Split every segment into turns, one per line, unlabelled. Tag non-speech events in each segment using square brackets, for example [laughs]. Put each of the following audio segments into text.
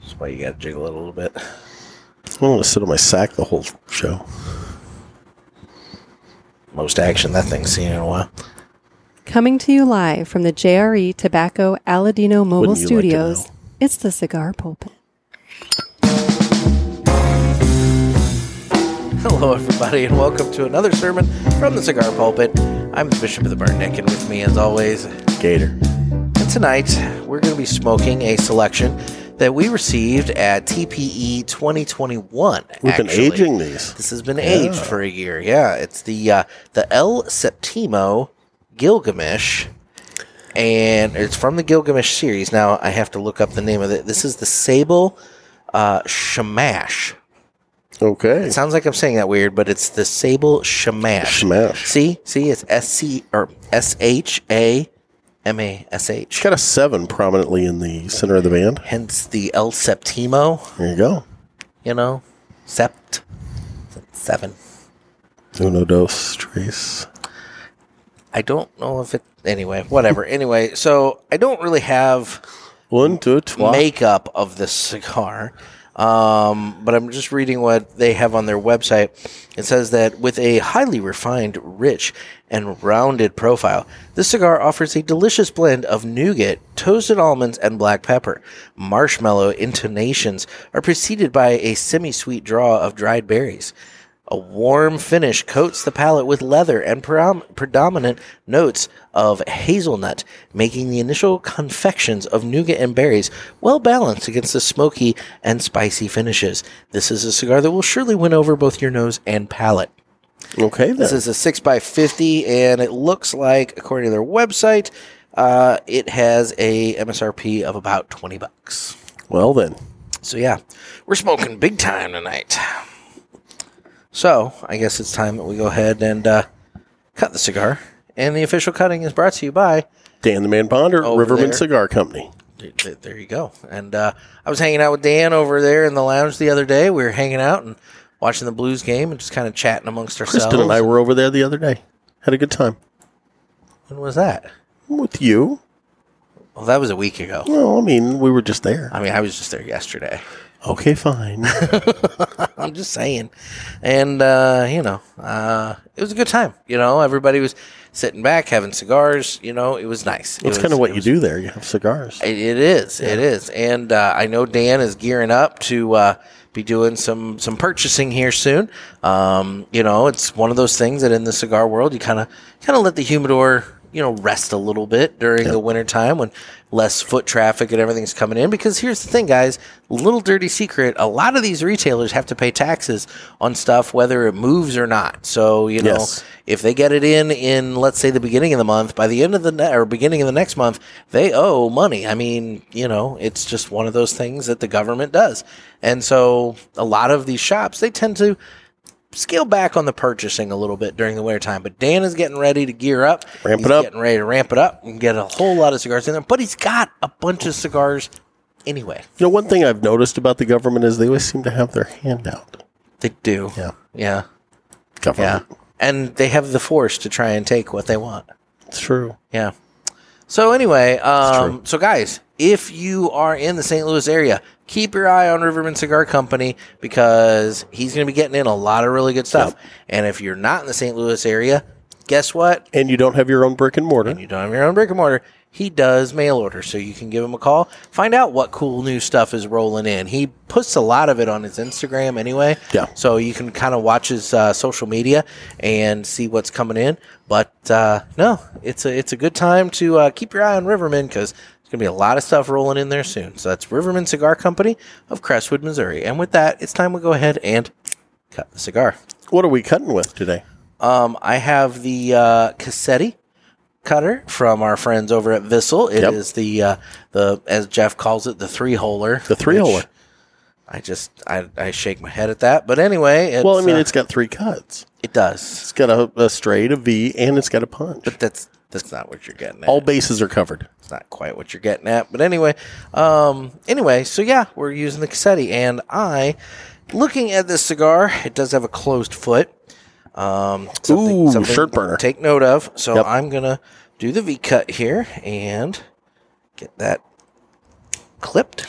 That's why you got to jiggle it a little bit.
I don't want to sit on my sack the whole show.
Most action that thing's seen in a while.
Coming to you live from the JRE Tobacco Aladino Mobile
Wouldn't you like to
Studios,
know?
it's the Cigar Pulpit.
Hello, everybody, and welcome to another sermon from the Cigar Pulpit. I'm the Bishop of the Burnt-Neck, and with me, as always,
Gator.
And tonight, we're going to be smoking a selection that we received at TPE 2021.
We've been
actually.
aging these.
This has been aged for a year. Yeah, it's the uh, the El Septimo Gilgamesh, and it's from the Gilgamesh series. Now I have to look up the name of it. This is the Sable uh, Shamash.
Okay.
It sounds like I'm saying that weird, but it's the Sable Shamash.
Shamash.
See, see, it's S C or S H A M A S H.
It's got a seven prominently in the center of the band.
hence the El Septimo,
There you go.
you know, sept seven.
Uno, dos, tres.
I don't know if it anyway, whatever. anyway, so I don't really have
One, two, trois.
makeup of this cigar. Um, but I'm just reading what they have on their website. It says that with a highly refined, rich, and rounded profile, this cigar offers a delicious blend of nougat, toasted almonds, and black pepper. Marshmallow intonations are preceded by a semi sweet draw of dried berries. A warm finish coats the palate with leather and prom- predominant notes of hazelnut, making the initial confections of nougat and berries well balanced against the smoky and spicy finishes. This is a cigar that will surely win over both your nose and palate.
Okay, then.
This is a 6x50, and it looks like, according to their website, uh, it has a MSRP of about 20 bucks.
well, then.
So yeah, we're smoking big time tonight. So I guess it's time that we go ahead and uh, cut the cigar. And the official cutting is brought to you by.
Dan the Man Ponder,
Over
Riverman
there.
Cigar Company.
th- th- There you go. And uh, I was hanging out with Dan over there in the lounge the other day. We were hanging out and watching the Blues game and just kind of chatting amongst ourselves.
Kristen and I were over there the other day. Had a good time.
when was that?
With you.
Well, that was a week ago.
Well, I mean, we were just there.
I mean, I was just there yesterday. [laughs]
Okay, fine.
I'm just saying. And, uh, you know, uh, it was a good time. You know, everybody was sitting back having cigars. You know, it was nice.
That's kind of what you do there. You have cigars.
It, it is. It is. And uh, I know Dan is gearing up to uh, be doing some some purchasing here soon. Um, you know, it's one of those things that in the cigar world, you kind of kind of let the humidor you know rest a little bit during the winter time when less foot traffic and everything's coming in because here's the thing guys little dirty secret a lot of these retailers have to pay taxes on stuff whether it moves or not so you know
Yes.
if they get it in in let's say the beginning of the month, by the end of the ne- or beginning of the next month, they owe money. I mean, you know, it's just one of those things that the government does. And so a lot of these shops, they tend to scale back on the purchasing a little bit during the winter time. But Dan is getting ready to gear up.
Ramp
He's
it up.
Getting ready to ramp it up and get a whole lot of cigars in there. But he's got a bunch of cigars anyway.
You know, one thing I've noticed about the government is they always seem to have their hand out.
They do.
Yeah.
Yeah. Yeah.
Government.
And they have the force to try and take what they want.
It's true.
Yeah. So anyway, um, so guys, if you are in the St. Louis area, keep your eye on Riverman Cigar Company because he's going to be getting in a lot of really good stuff. And if you're not in the St. Louis area, guess what?
And you don't have your own brick and mortar.
You don't have your own brick and mortar. He does mail order, so you can give him a call. Find out what cool new stuff is rolling in. He puts a lot of it on his Instagram anyway.
Yeah.
So you can kind of watch his uh, social media and see what's coming in. But uh, no, it's a it's a good time to uh, keep your eye on Riverman because there's gonna be a lot of stuff rolling in there soon. So that's Riverman Cigar Company of Crestwood, Missouri. And with that, it's time we go ahead and cut the cigar.
What are we cutting with today?
Um, I have the uh, Cassetti cutter from our friends over at Vissel. It is
Yep.
the uh, the as Jeff calls it the three holer.
The three-holer.
I just I, I shake my head at that. But anyway, it's,
Well, I mean,
uh,
it's got three cuts.
it does.
It's got a, a straight, a V, and it's got a punch.
But that's that's not what you're getting. At.
All bases are covered.
it's not quite what you're getting at. But anyway, um, anyway, so yeah, we're using the Cassetti, and I looking at this cigar. It does have a closed foot. Um,
Ooh, shirt burner.
Take note of. So
Yep.
I'm gonna do the V cut here and get that clipped.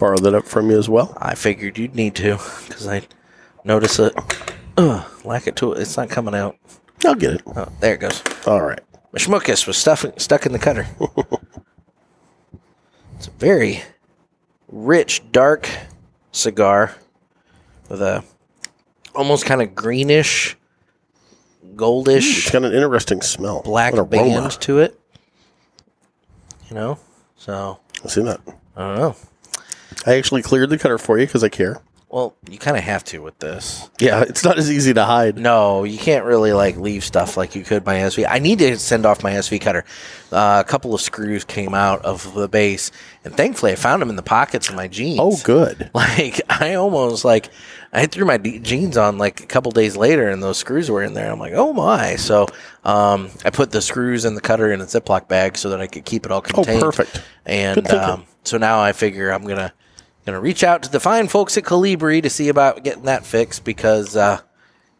borrow that up from you as well.
I figured you'd need to because I notice it. Ugh, lack it to It's not coming out.
I'll get it.
Oh, there it goes.
All right.
My schmuckus was stuff, stuck in the cutter.
[laughs]
it's a very rich, dark cigar with a almost kind of greenish, goldish,
It's got an interesting smell.
black
An
band to it. You know? So,
I see that.
I don't know.
I actually cleared the cutter for you because I care.
Well, you kind of have to with this.
Yeah, it's not as easy to hide.
No, you can't really like leave stuff like you could my SV. I need to send off my SV cutter. Uh, a couple of screws came out of the base, and thankfully I found them in the pockets of my jeans.
Oh, good.
[laughs] Like I almost like I threw my de- jeans on like a couple days later, and those screws were in there. I'm like, oh my! So um, I put the screws and the cutter in a Ziploc bag so that I could keep it all contained.
Oh, perfect. Good
And
thinking.
um, so now I figure I'm gonna gonna reach out to the fine folks at Calibri to see about getting that fixed because uh,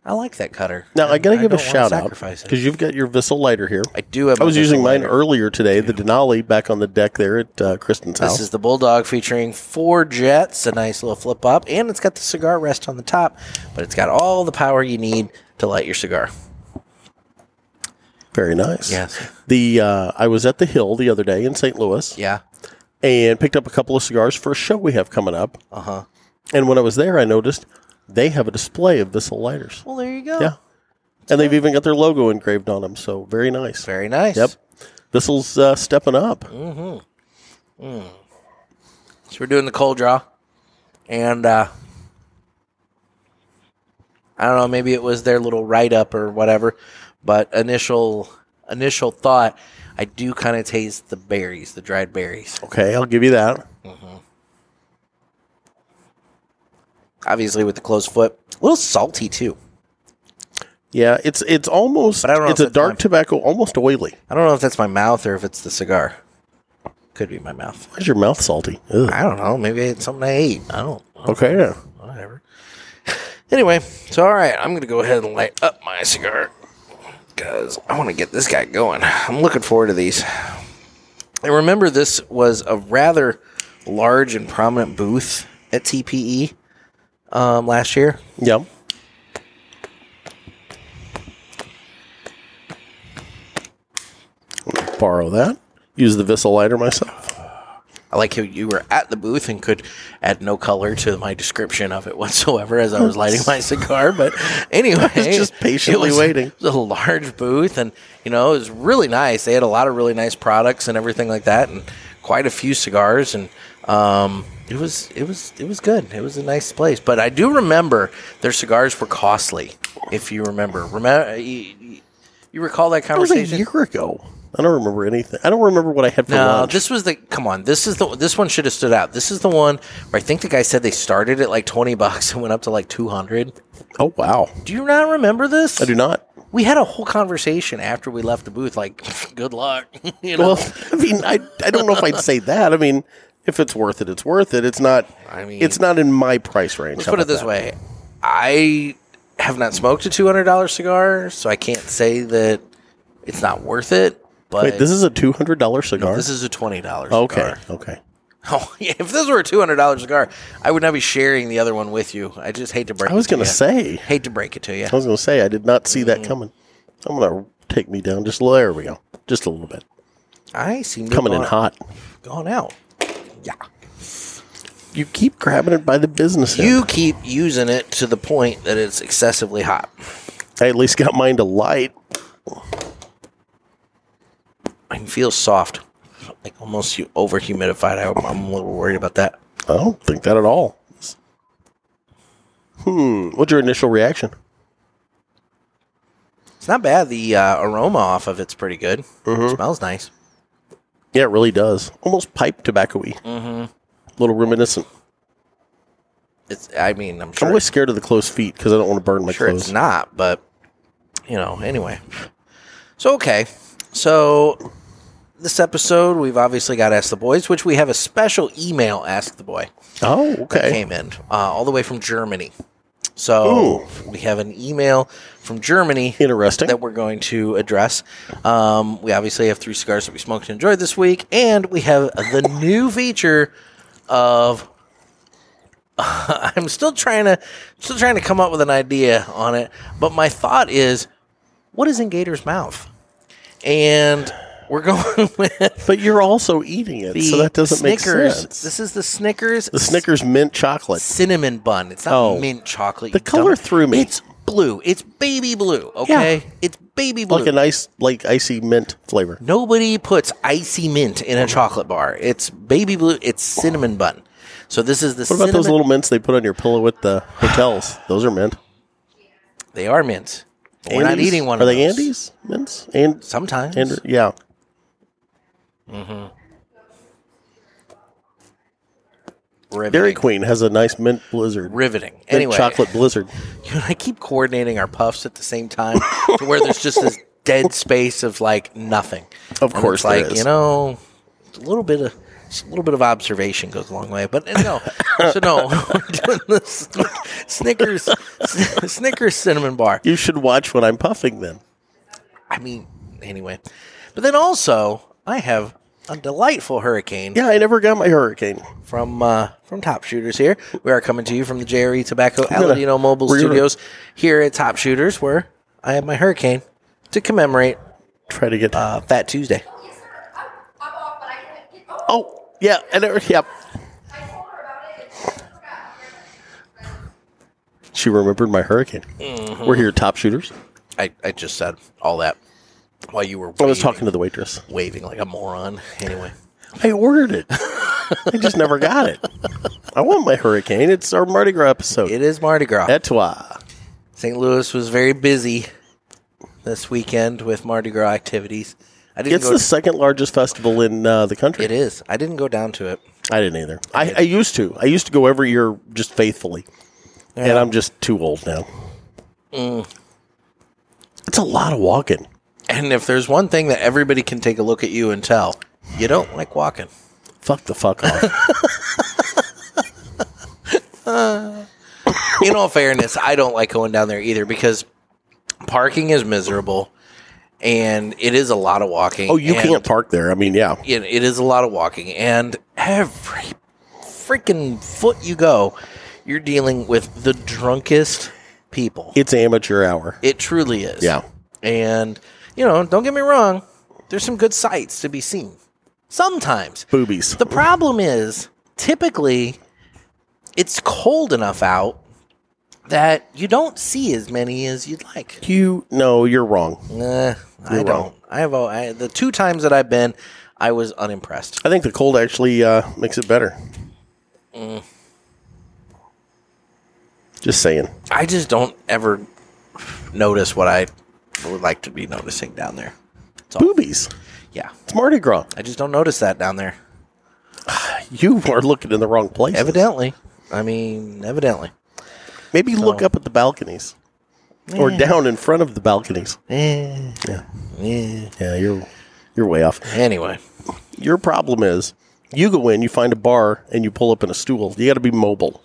I like that cutter.
Now, I got to give a
don't wanna
shout out
sacrifice it.
because you've got your Vissel lighter here.
I do have.
I was
my
using
Vizsla
mine
lighter.
earlier today, the Denali, back on the deck there at uh, Kristen's
This
house.
is the Bulldog featuring four jets, a nice little flip up, and it's got the cigar rest on the top, but it's got all the power you need to light your cigar.
Very nice.
Yes.
The uh, I was at the Hill the other day in St. Louis
Yeah.
and picked up a couple of cigars for a show we have coming up.
Uh huh.
And when I was there, I noticed they have a display of Vissel lighters.
Well, there you go.
Yeah. And they've even got their logo engraved on them. So very nice.
Very nice. Mm.
Yep. Vissel's uh, stepping up.
So we're doing the cold draw, and uh, I don't know. Maybe it was their little write up or whatever, but initial initial thought, I do kind of taste the berries, the dried berries.
Okay, I'll give you that.
Obviously, with the closed foot, a little salty too.
Yeah, it's it's almost
But I don't know
it's
if
a
it's
dark
mine.
tobacco, almost oily.
I don't know if that's my mouth or if it's the cigar. Could be my mouth.
Why's your mouth salty? Ugh.
I don't know. Maybe it's something I ate. I don't. I don't-
Okay, yeah.
Whatever. [laughs] Anyway, so all right, I'm gonna go ahead and light up my cigar because I want to get this guy going. I'm looking forward to these. And remember, this was a rather large and prominent booth at TPE um, last year.
yeah. Borrow that. Use the Vissel lighter myself.
I like how you were at the booth and could add no color to my description of it whatsoever as I was lighting my cigar.
[laughs]
But anyway,
just patiently
it was-
waiting.
It was a large booth, and you know it was really nice. They had a lot of really nice products and everything like that, and quite a few cigars. And um, it was it was it was good. It was a nice place. But I do remember their cigars were costly. If you remember, remember you, you- you recall that
That was a
conversation
year ago. I don't remember anything. I don't remember what I had for
no,
lunch.
this was the come on. This is the this one should have stood out. This is the one where I think the guy said they started at like twenty bucks and went up to like two hundred.
oh wow,
Do you not remember this?
I
[laughs]
do not.
We had a whole conversation after we left the booth. Like, [laughs] good luck. you know,
Well, [laughs] I mean, I, I don't know if I'd say that. I mean, if it's worth it, it's worth it. It's not.
I mean-
it's not in my price range.
let's put it this way. I have not smoked a two hundred dollar cigar, so I can't say that it's not worth it. But
Wait, this is a two hundred dollar cigar.
this is a twenty dollars.
okay. Okay.
[laughs] Oh, yeah, if this were a two hundred dollars cigar, I would not be sharing the other one with you. I just hate to break.
I was
it to
gonna
you.
say.
Hate to break it to you.
I was gonna say. I did not see
Mm.
that coming. I'm gonna take me down just a little. There we go. Just a little bit.
I seem to
Coming
have
in hot.
Gone out. Yeah.
You keep grabbing it by the business. end.
You keep using it to the point that it's excessively hot.
I at least got mine to light.
I can feel soft, like almost you over humidified. I'm, I'm a little worried about that.
I don't think that at all. Hmm. What's your initial reaction?
It's not bad. The uh, aroma off of it's pretty good.
Mm-hmm.
smells nice.
Yeah, it really does. Almost pipe tobacco-y. Mm-hmm. A little reminiscent.
It's. I mean, I'm
I'm
sure,
always scared of the closed feet because I don't want to burn my
sure
clothes.
it's not, but you know. Anyway, so okay. So this episode, we've obviously got Ask the Boys, which we have a special email Ask the Boy.
oh, okay.
came in uh, all the way from Germany. So we have an email from Germany
Interesting.
that we're going to address. Um, we obviously have three cigars that we smoked and enjoyed this week, and we have the new feature of [laughs] I'm still trying to still trying to come up with an idea on it. But my thought is, what is in Gator's mouth? And we're [laughs] going with
But you're also eating it,
the
so that doesn't
Snickers.
make sense.
This is the Snickers
the Snickers mint chocolate.
cinnamon bun. It's not
Oh.
mint chocolate.
The
you
color
dumb-
threw me.
It's blue. It's baby blue. Okay, it's baby blue.
Like a nice, like icy mint flavor.
Nobody puts icy mint in a chocolate bar. It's baby blue. It's cinnamon bun. So this is the
What about
cinnamon.
those little mints they put on your pillow at the hotels? Those are mint.
they are mints. But We're not
Andes?
eating one.
Are
of
they
those.
Andes mints? And
Sometimes.
and yeah.
Riveting.
Dairy Queen has a nice mint blizzard. Mint
Riveting. Anyway,
chocolate blizzard.
you and I keep coordinating our puffs at the same time to where there's just this dead space of like nothing. And
Of course
it's
there
like
is.
you know, a little bit of just a little bit of observation goes a long way. But uh, no, so no, [laughs] we're doing this Snickers [laughs] Snickers cinnamon bar.
You should watch when I'm puffing then.
I mean, anyway. But then also, I have a delightful hurricane
Yeah, I never got my hurricane.
from uh, from Top Shooters here. We are coming to you from the JRE Tobacco
gonna-
Aladino Mobile
we're gonna-
Studios here at Top Shooters, where I have my hurricane to commemorate
Try to get
uh, Fat Tuesday.
Oh, yeah, and it, yep. She remembered my hurricane. We're here, top shooters.
I, I just said all that while you were
I
waving,
was talking to the waitress.
waving like a moron. Anyway,
I ordered it. I just never got it. I want my hurricane. It's our Mardi Gras episode.
it is Mardi Gras.
That's why.
St. Louis was very busy this weekend with Mardi Gras activities. I didn't
It's
go.
the second largest festival in uh, the country.
it is. I didn't go down to it.
I didn't either. I, I used to. I used to go every year just faithfully. And I'm just too old now. Mm. It's a lot of walking.
And if there's one thing that everybody can take a look at you and tell, you don't like walking.
Fuck the fuck off.
In all fairness, I don't like going down there either because parking is miserable and it is a lot of walking.
[laughs] oh, you
and
can't park there. I mean, yeah.
It, it is a lot of walking. And every freaking foot you go, you're dealing with the drunkest people.
It's amateur hour.
It truly is.
Yeah.
And, you know, don't get me wrong, there's some good sights to be seen. Sometimes.
Boobies.
The problem is typically it's cold enough out that you don't see as many as you'd like.
you no, you're wrong.
Nah, I
You're
don't.
wrong.
I have al- I, the two times that I've been, I was unimpressed.
I think the cold actually uh, makes it better. Mm. Just saying.
I just don't ever notice what I would like to be noticing down there.
Boobies.
Yeah,
It's Mardi Gras.
I just don't notice that down there.
You are looking in the wrong place.
Evidently, I mean, evidently.
Maybe look up at the balconies. Or down in front of the balconies.
Eh,
Yeah.
eh.
Yeah, you're you're way off.
Anyway,
Your problem is you go in, you find a bar, and you pull up in a stool. You got to be mobile.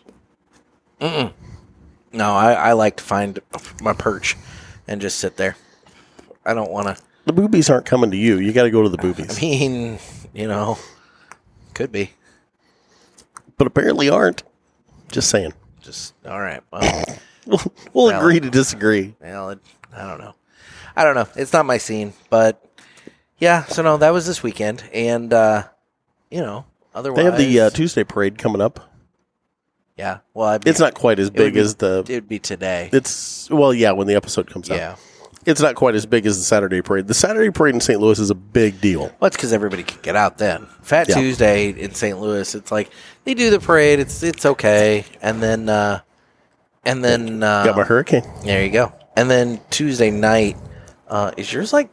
no, I, I like to find my perch and just sit there. I don't want to.
The boobies aren't coming to you. You got to go to the
[laughs]
boobies,
I mean, you know, could be.
but apparently aren't. Just saying.
Just all right. Well, [coughs]
We'll, we'll
Well-
agree to disagree.
well, it, I don't know. I don't know. It's not my scene, but yeah. So no, that was this weekend, and uh, you know, otherwise,
They have the uh, Tuesday parade coming up.
yeah. Well, I'd be,
It's not quite as
would
big
be-
as the.
it'd be today.
It's uh, well, yeah. When the episode comes out,
yeah.
it's not quite as big as the Saturday parade. The Saturday parade in St. Louis is a big deal.
Well, it's because everybody can get out then. Fat
Yeah.
Tuesday in St. Louis, it's like they do the parade. It's it's okay, and then uh, and then uh,
Got my hurricane.
There you go. And then Tuesday night, uh, is yours like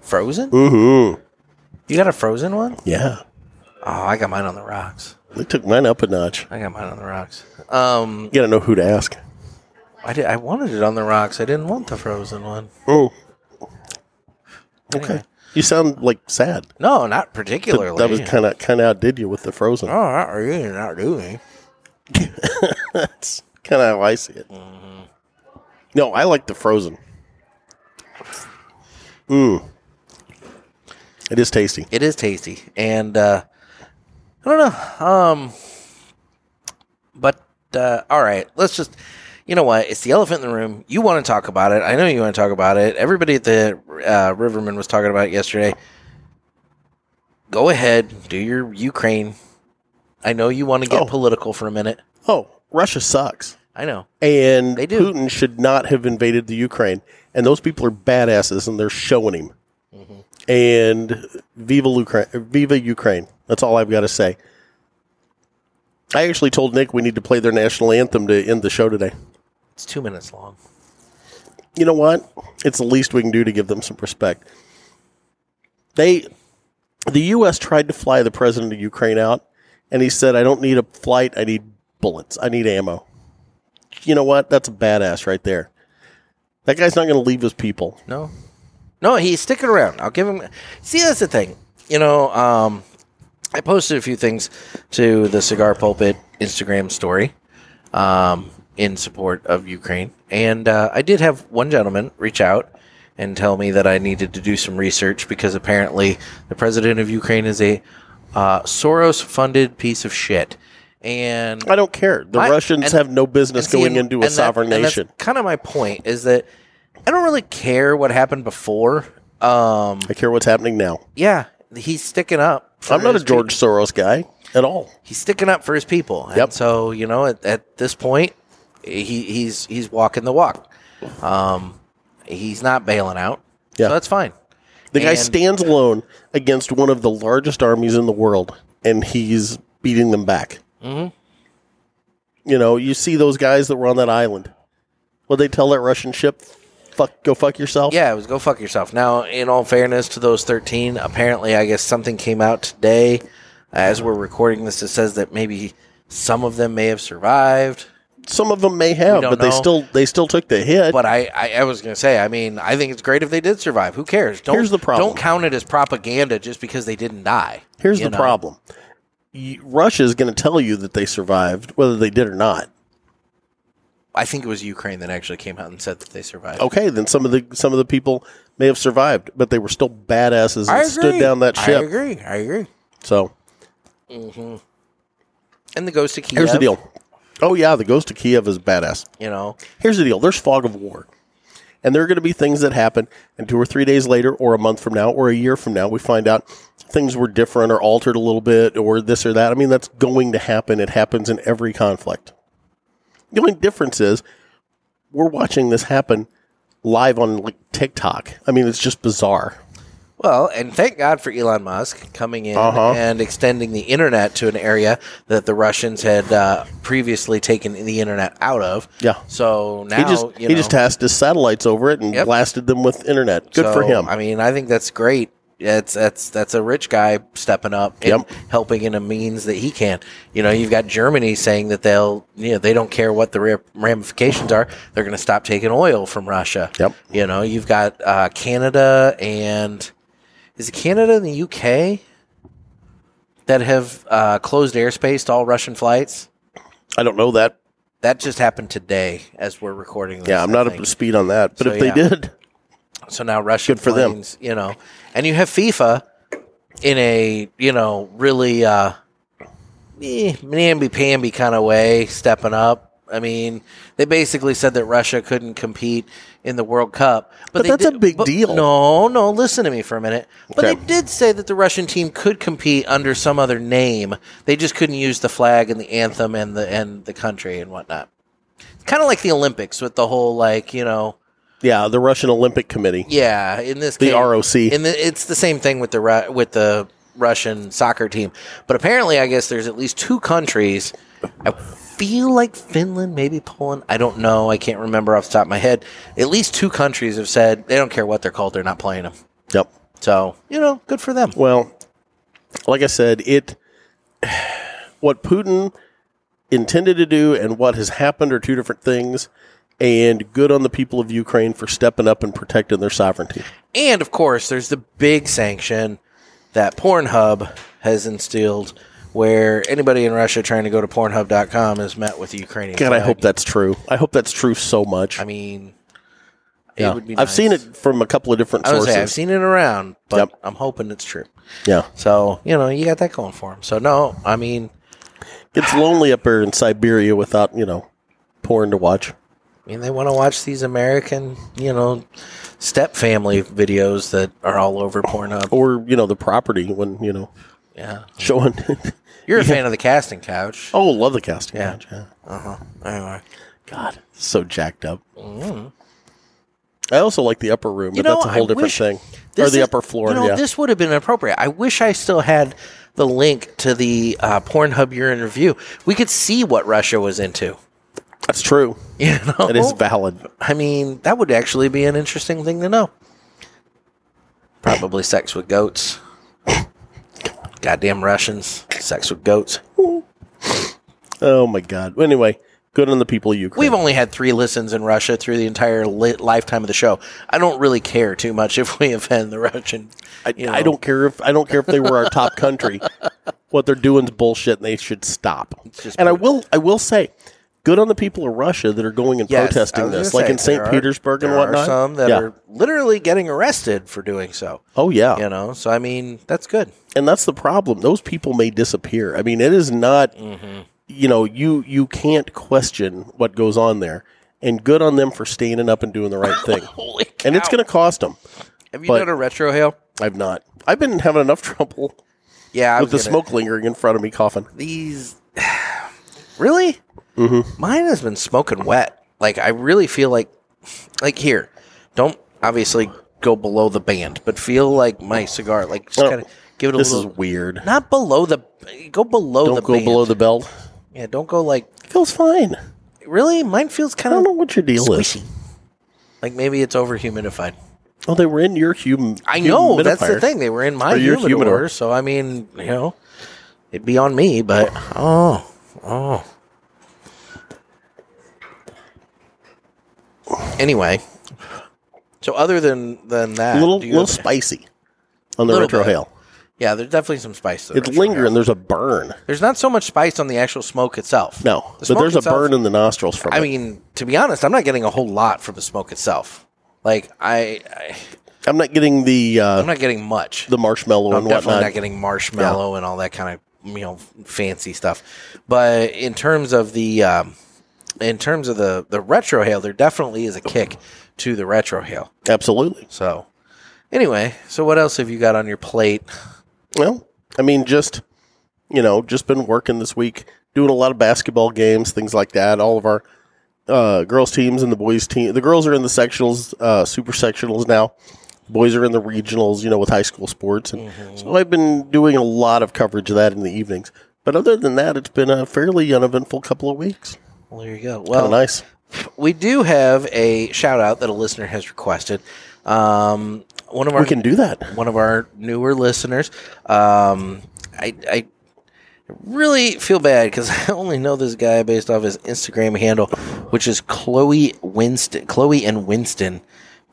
frozen?
Mm-hmm.
You got a frozen one?
Yeah,
Oh, I got mine on the rocks.
they took mine up a notch.
I got mine on the rocks. Um,
You got to know who to ask.
I did. I wanted it on the rocks. I didn't want the frozen one.
Oh, okay.
Anyway.
You sound like sad.
No, not
That-
particularly.
That was kind of kind of outdid you with the frozen.
Oh, not really, not doing.
[laughs] That's kind of how I see it.
Mm-hmm.
No, I like the frozen. Mm. It is tasty.
It is tasty, and uh, I don't know. Um, but uh, all right, let's just, you know what? It's the elephant in the room. You want to talk about it. I know you want to talk about it. Everybody at the uh, Riverman was talking about it yesterday. Go ahead, do your Ukraine. I know you want to get
Oh.
political for a minute.
Oh, Russia sucks.
I know.
And
They do.
Putin should not have invaded the Ukraine. And those people are badasses and they're showing him.
Mm-hmm.
And viva Ukraine. Viva Ukraine. That's all I've got to say. I actually told Nick we need to play their national anthem to end the show today.
It's two minutes long.
you know what? It's the least we can do to give them some respect. They, the U.S. tried to fly the president of Ukraine out, and he said, "I don't need a flight. I need bullets. I need ammo." You know what? That's a badass right there. That guy's not going to leave his people.
No, no, he's sticking around. I'll give him. See, that's the thing. You know, um, I posted a few things to the Cigar Pulpit Instagram story um, in support of Ukraine, and uh, I did have one gentleman reach out and tell me that I needed to do some research because apparently the president of Ukraine is a uh, Soros-funded piece of shit, and
I don't care. The
I-
Russians
and-
have no business
and see,
going
and-
into a
and that-
sovereign
and that's
nation.
kind of my point is that I don't really care what happened before. Um,
I care what's happening now.
yeah, he's sticking up. for
I'm not a
his
George Soros guy at all.
pe- he's sticking up for his people. And
Yep.
So you know, at, at this point, he, he's he's walking the walk. Um, he's not bailing out.
Yeah.
So that's fine.
The guy
And-
stands alone against one of the largest armies in the world, and he's beating them back. Mm-hmm. You know, you see those guys that were on that island. What they tell that Russian ship, "Fuck, go fuck yourself."
Yeah, it was go fuck yourself. Now, in all fairness to those 13, apparently, I guess something came out today uh, as we're recording this that says that maybe some of them may have survived.
Some of them may have,
don't
but they
know.
still they still took the hit.
But I, I, I was going to say, I mean, I think it's great if they did survive. Who cares? Don't,
Here's the problem.
Don't count it as propaganda just because they didn't die.
Here's
you
the
know?
problem: Y- Russia is going to tell you that they survived, whether they did or not.
I think it was Ukraine that actually came out and said that they survived.
Okay, then some of the some of the people may have survived, but they were still badasses and
I
stood down that
I
ship.
agree. I agree.
So
And the ghost of Kiev.
here's the deal. Oh yeah, the ghost of Kiev is badass.
You know,
here's the deal there's fog of war and there are going to be things that happen and two or three days later or a month from now or a year from now we find out things were different or altered a little bit or this or that i mean that's going to happen it happens in every conflict the only difference is we're watching this happen live on like tiktok i mean it's just bizarre
Well, and thank God for Elon Musk coming in
Uh-huh.
and extending the internet to an area that the Russians had uh, previously taken the internet out of.
Yeah.
So now
he just
you
he
know,
just tasked his satellites over it and
Yep.
blasted them with internet good for
so,
him
I mean, I think that's great. That's that's that's a rich guy stepping up and
Yep.
helping in a means that he can. You know, you've got Germany saying that they'll, you know, they don't care what the ra- ramifications are. They're going to stop taking oil from Russia.
Yep.
You know, you've got uh, Canada and is it Canada and the UK that have uh, closed airspace to all Russian flights?
i don't know that
That just happened today as we're recording this.
yeah i'm
I
not up
think.
to speed on that but
So,
if they
yeah.
did
So now Russia
Good for them.
planes, you know. And you have FIFA in a, you know, really uh eh, namby-pamby kind of way, stepping up. I mean, they basically said that Russia couldn't compete in the World Cup. But,
But
they
that's
did-
a big
but-
deal.
No, no, listen to me for a minute. But
Okay.
they did say that the Russian team could compete under some other name. They just couldn't use the flag and the anthem and the and the country and whatnot. It's kind of like the Olympics with the whole like, you know,
yeah the russian olympic committee
yeah, in this
The
case,
ROC.
In the, it's the same thing with the Ru- with the Russian soccer team, but apparently, I guess there's at least two countries. I feel like Finland, maybe Poland. I don't know. I can't remember off the top of my head. At least two countries have said they don't care what they're called; they're not playing them.
yep
So you know, good for them.
Well, like I said, it what Putin intended to do and what has happened are two different things. And good on the people of Ukraine for stepping up and protecting their sovereignty.
And of course, there's the big sanction that Pornhub has instilled, where anybody in Russia trying to go to Pornhub.com is met with the Ukrainian.
God, I
flag.
hope that's true. I hope that's true so much.
I mean,
Yeah.
it would be.
I've seen
nice.
it from a couple of different
I was
sources.
say, I've seen it around, but
Yep.
I'm hoping it's true.
yeah,
So you know, you got that going for him. So no, I mean,
It's lonely up here in Siberia without, you know, porn to watch.
I mean, they want to watch these American, you know, step family videos that are all over Pornhub.
Or, you know, the property when, you know,
Yeah,
showing.
you're a fan of the casting couch.
[laughs] oh, love the casting.
Yeah.
couch, yeah.
Anyway.
God, so jacked up.
Mm-hmm.
I also like the upper room, but that's a whole different
wish-
thing. Or
this
the
is-
upper floor,
You know,
yeah.
this would have been appropriate. I wish I still had the link to the uh, Pornhub Urine Review. We could see what Russia was into. [laughs]
that's true.
You know,
It is valid.
I mean, that would actually be an interesting thing to know. Probably sex with goats. Goddamn Russians. Sex with goats.
Oh my God. Anyway, good on the people of Ukraine.
We've only had three listens in Russia through the entire li- lifetime of the show. I don't really care too much [laughs] if we offend the Russian.
I,
you
I
know.
don't care if I don't care if they were our top country. [laughs] What they're doing is bullshit, and they should stop.
just
And I will I will say, good on the people of Russia that are going and
Yes, I
protesting
was gonna
this, like
say,
in St.
there are-
Petersburg and
there are
whatnot.
Some that
yeah.
are literally getting arrested for doing so.
oh yeah.
You know, so I mean, that's good.
and that's the problem. Those people may disappear. I mean, it is not.
Mm-hmm.
You know, you you can't question what goes on there. And good on them for standing up and doing
[laughs]
the right thing.
Holy cow.
and it's going to cost them.
Have you
but-
done a retro hail?
I've not. I've been having enough [laughs] trouble
Yeah, I
with the
was gonna-
smoke lingering in front of me, coughing.
These [sighs] really? Mm-hmm. Mine has been smoking wet. Like I really feel like, like here, don't obviously go below the band, but feel like my cigar. Like just
Oh,
kind of give it a
This
little.
is weird.
not below the go below the
Don't go
band.
below the belt.
yeah don't go like
Feels fine.
really mine feels
I don't
kind
know
of
what your deal
squishy
is.
like maybe it's over humidified
Oh, they were in your human.
I know that's the thing they were in my
Or your
humidor,
humidor.
so I mean you know it'd be on me but oh oh anyway so other than than that
A little,
do you
little
have-
spicy on the
Little
retro
bit.
hail.
yeah there's definitely some spice to the
It's
retro
lingering.
hail.
There's a burn.
there's not so much spice on the actual smoke itself The
No, but
smoke
there's a
itself-
burn in the nostrils from
I
it.
mean, to be honest, I'm not getting a whole lot from the smoke itself. Like I, I
I'm not getting the uh,
I'm not getting much.
the marshmallow
I'm
and
definitely
whatnot.
not getting marshmallow and all that kind of you know fancy stuff. But in terms of the um, in terms of the the retro hail, there definitely is a kick to the retro hail.
Absolutely.
So anyway, so what else have you got on your plate?
Well, I mean, just you know, just been working this week, doing a lot of basketball games, things like that. All of our uh, girls teams and the boys team. The girls are in the sectionals, uh, super sectionals now. Boys are in the regionals, you know, with high school sports, and
Mm-hmm.
so I've been doing a lot of coverage of that in the evenings. But other than that, it's been a fairly uneventful couple of weeks.
Well, there you go.
Kind
Well,
of nice.
we do have a shout out that a listener has requested. Um, one of our
We can do that.
one of our newer listeners. Um, I, I really feel bad because [laughs] I only know this guy based off his Instagram handle, which is Chloe Winston, Chloe and Winston,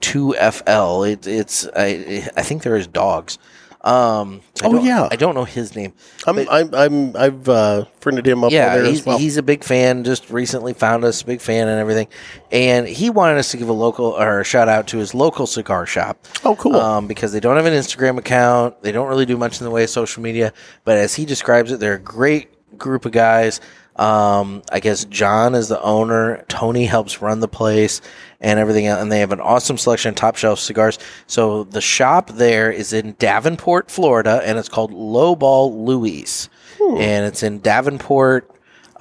two FL. It, it's I, I think there is dogs. Um, I
Oh,
don't-
yeah.
I don't know his name.
I'm, I'm, I'm, I've uh, friended him up
Yeah,
on there
he's,
as well.
he's a big fan. Just recently found us, big fan and everything. And he wanted us to give a local or a shout out to his local cigar shop.
Oh, cool.
Um, because they don't have an Instagram account. They don't really do much in the way of social media. But as he describes it, they're a great group of guys. Um, I guess John is the owner. Tony helps run the place and everything. else. And they have an awesome selection of top shelf cigars. So the shop there is in Davenport, Florida, and it's called Lowball Louise. And it's in Davenport.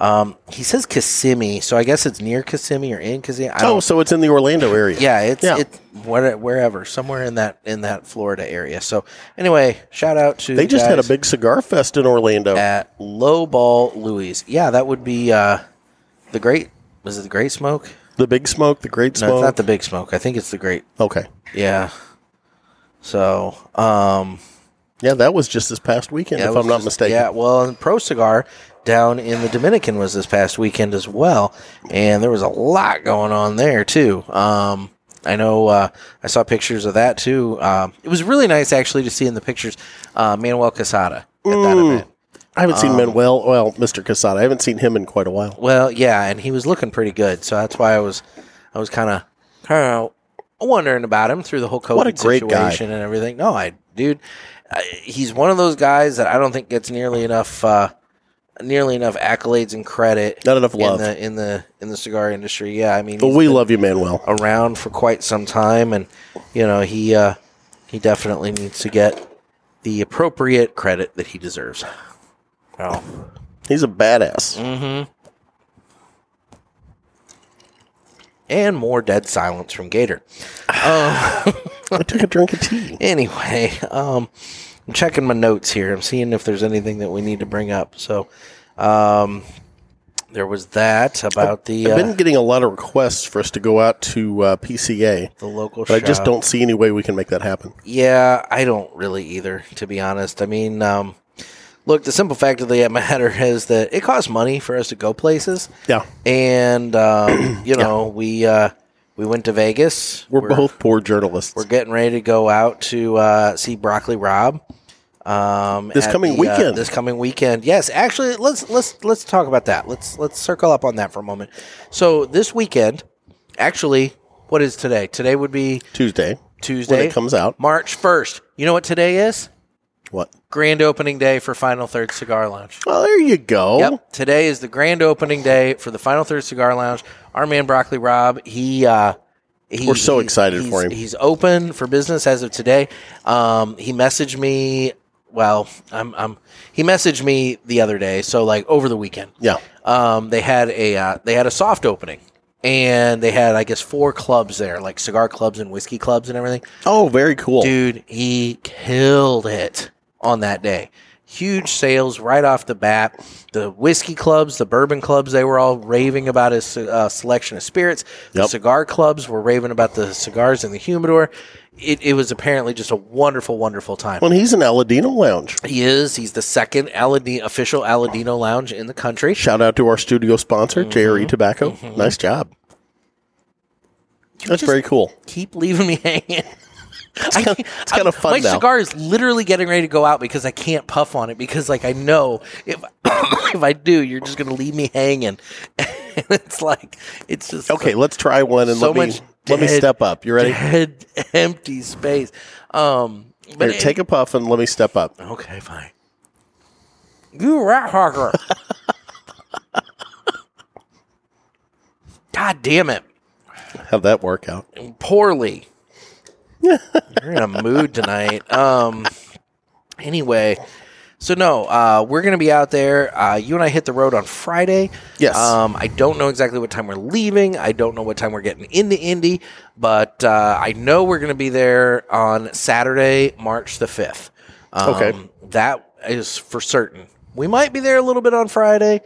Um, he says Kissimmee, so I guess it's near Kissimmee or in Kissimmee. I don't
oh, so it's in the Orlando area.
yeah, it's
Yeah.
it's where, wherever, somewhere in that in that Florida area. So anyway, shout out to
They
the
just had a
guys
big cigar fest in Orlando.
at Lowball Louise. Yeah, that would be uh, the Great. Was it the Great Smoke?
The Big Smoke, the Great
No,
Smoke.
it's not the Big Smoke. I think it's the Great.
okay.
Yeah. So um,
Yeah, that was just this past weekend,
Yeah,
if
it was
I'm not
just-
mistaken.
Yeah, well, and Pro Cigar down in the Dominican was this past weekend as well, and there was a lot going on there too. Um, I know uh, I saw pictures of that too. Um, it was really nice actually to see in the pictures uh, Manuel Casada at that event.
I haven't
Um,
seen Manuel, well, Mr. Casada. I haven't seen him in quite a while.
Well, yeah, and he was looking pretty good, so that's why I was, I was kind of, kind of wondering about him through the whole COVID
What a great guy.
situation and everything. No, I, dude, I, he's one of those guys that I don't think gets nearly enough. Uh, nearly enough accolades and credit.
Not enough love.
in the in the in the cigar industry. Yeah, I mean,
But
he's
we
been
love you, Manuel.
around for quite some time, and you know he uh, he definitely needs to get the appropriate credit that he deserves. Oh,
He's a
Mm.
badass.
and more dead silence from Gator.
I took a drink of tea.
Anyway, [laughs] um, I'm checking my notes here. I'm seeing if there's anything that we need to bring up. So, um, there was that about the
I've
uh,
been getting a lot of requests for us to go out to uh, PCA,
the local.
but I just
shop.
don't see any way we can make that happen.
Yeah, I don't really either, to be honest. I mean, um, look, the simple fact of the [laughs] matter is that it costs money for us to go places,
Yeah,
and
[clears throat]
um, you know, we uh, we went to Vegas.
we're, both poor journalists.
we're getting ready to go out to uh, see Broccoli Rob. Um,
This
at
coming
the, uh,
weekend.
this coming weekend, yes. Actually, let's let's let's talk about that. Let's let's circle up on that for a moment. So this weekend, actually, what is today? Today would be
Tuesday
Tuesday.
when it comes out.
March 1st. You know what today is?
What?
Grand opening day for Final Third Cigar Lounge.
Well, there you go.
Yep. Today is the grand opening day for the Final Third Cigar Lounge. Our man Broccoli Rob, he uh he,
We're so
he-
excited
he's-
for him.
He's open for business as of today. Um, he messaged me. Well, I'm, I'm. He messaged me the other day, so like over the weekend
Yeah.
um, they had a uh, they had a soft opening, and they had I guess four clubs there, like cigar clubs and whiskey clubs and everything.
Oh, very cool.
Dude, he killed it on that day. Huge sales right off the bat. The whiskey clubs, the bourbon clubs, they were all raving about his uh, selection of spirits. The
Yep.
cigar clubs were raving about the cigars in the humidor. It, it was apparently just a wonderful, wonderful time.
Well, he's an Aladino Lounge.
He is. He's the second Aladino, official Aladino lounge in the country.
Shout out to our studio sponsor,
Mm-hmm.
JRE Tobacco. Nice job. That's
just-
very cool.
keep leaving me [laughs] hanging. I can't-
it's
I'm-
kinda fun
My
now.
cigar is literally getting ready to go out because I can't puff on it because, like, I know if [coughs] if I do, you're just going to leave me hanging. [laughs] And it's like it's just
Okay, let's try one and
So
let me
much
let me
dead-
step up. You ready?
dead, [laughs] empty space. Um, but
Here, take a puff and let me step up.
okay, fine. You rat
[laughs]
hawker. God damn it!
Have that work out.
poorly. [laughs] You're in a mood tonight. Um. Anyway, so no, uh, we're gonna be out there. Uh, you and I hit the road on Friday.
Yes.
Um, I don't know exactly what time we're leaving. I don't know what time we're getting into Indy, but uh, I know we're gonna be there on Saturday, March the fifth. Um,
Okay.
That is for certain. We might be there a little bit on Friday.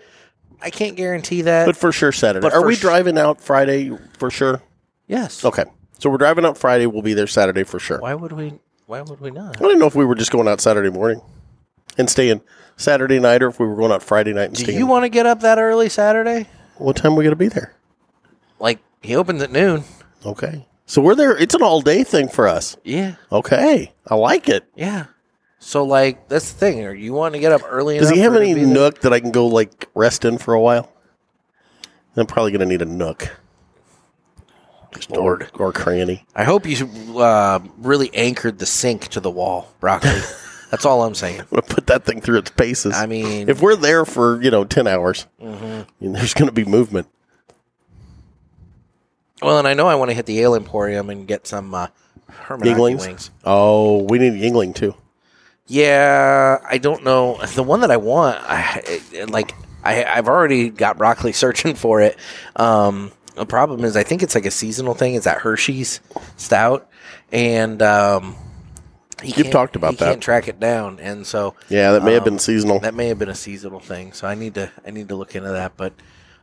I can't guarantee that.
But for sure Saturday.
But
Are
for
we
su-
driving out Friday for sure?
yes.
Okay. So we're driving out Friday, we'll be there Saturday for sure.
Why would we? Why would we not?
I didn't know if we were just going out Saturday morning and staying Saturday night or if we were going out Friday night and
Do
staying.
you want to get up that early Saturday?
what time are we gonna be there?
Like he opens at noon.
Okay. So we're there it's an all day thing for us.
Yeah,
Okay. I like it.
yeah. So like that's the thing. Are you want to get up early?
Does he
enough
have
for it to
any
be there?
nook that I can go like rest in for a while? I'm probably gonna need a nook. Just or-
Lord.
or, cranny. [laughs]
I hope you uh, really anchored the sink to the wall,
[laughs]
broccoli. that's all I'm saying.
I'm gonna put that thing through its paces.
I mean, Mm-hmm.
if we're there for you know ten hours, you know, there's gonna be movement.
well, and I know I want to hit the ale emporium and get some uh, Hermanaki
Yinglings.
wings.
Oh, we need Yingling too.
Yeah, I don't know the one that I want. I I- like I I've already got broccoli [laughs] searching for it. Um, the problem is I think it's like a seasonal thing. It's that Hershey's stout, and um, he
You've
can't-
talked about
he
that.
Can't track it down, and so
Yeah, that may have
um,
been seasonal.
That may have been a seasonal thing. So I need to I need to look into that. But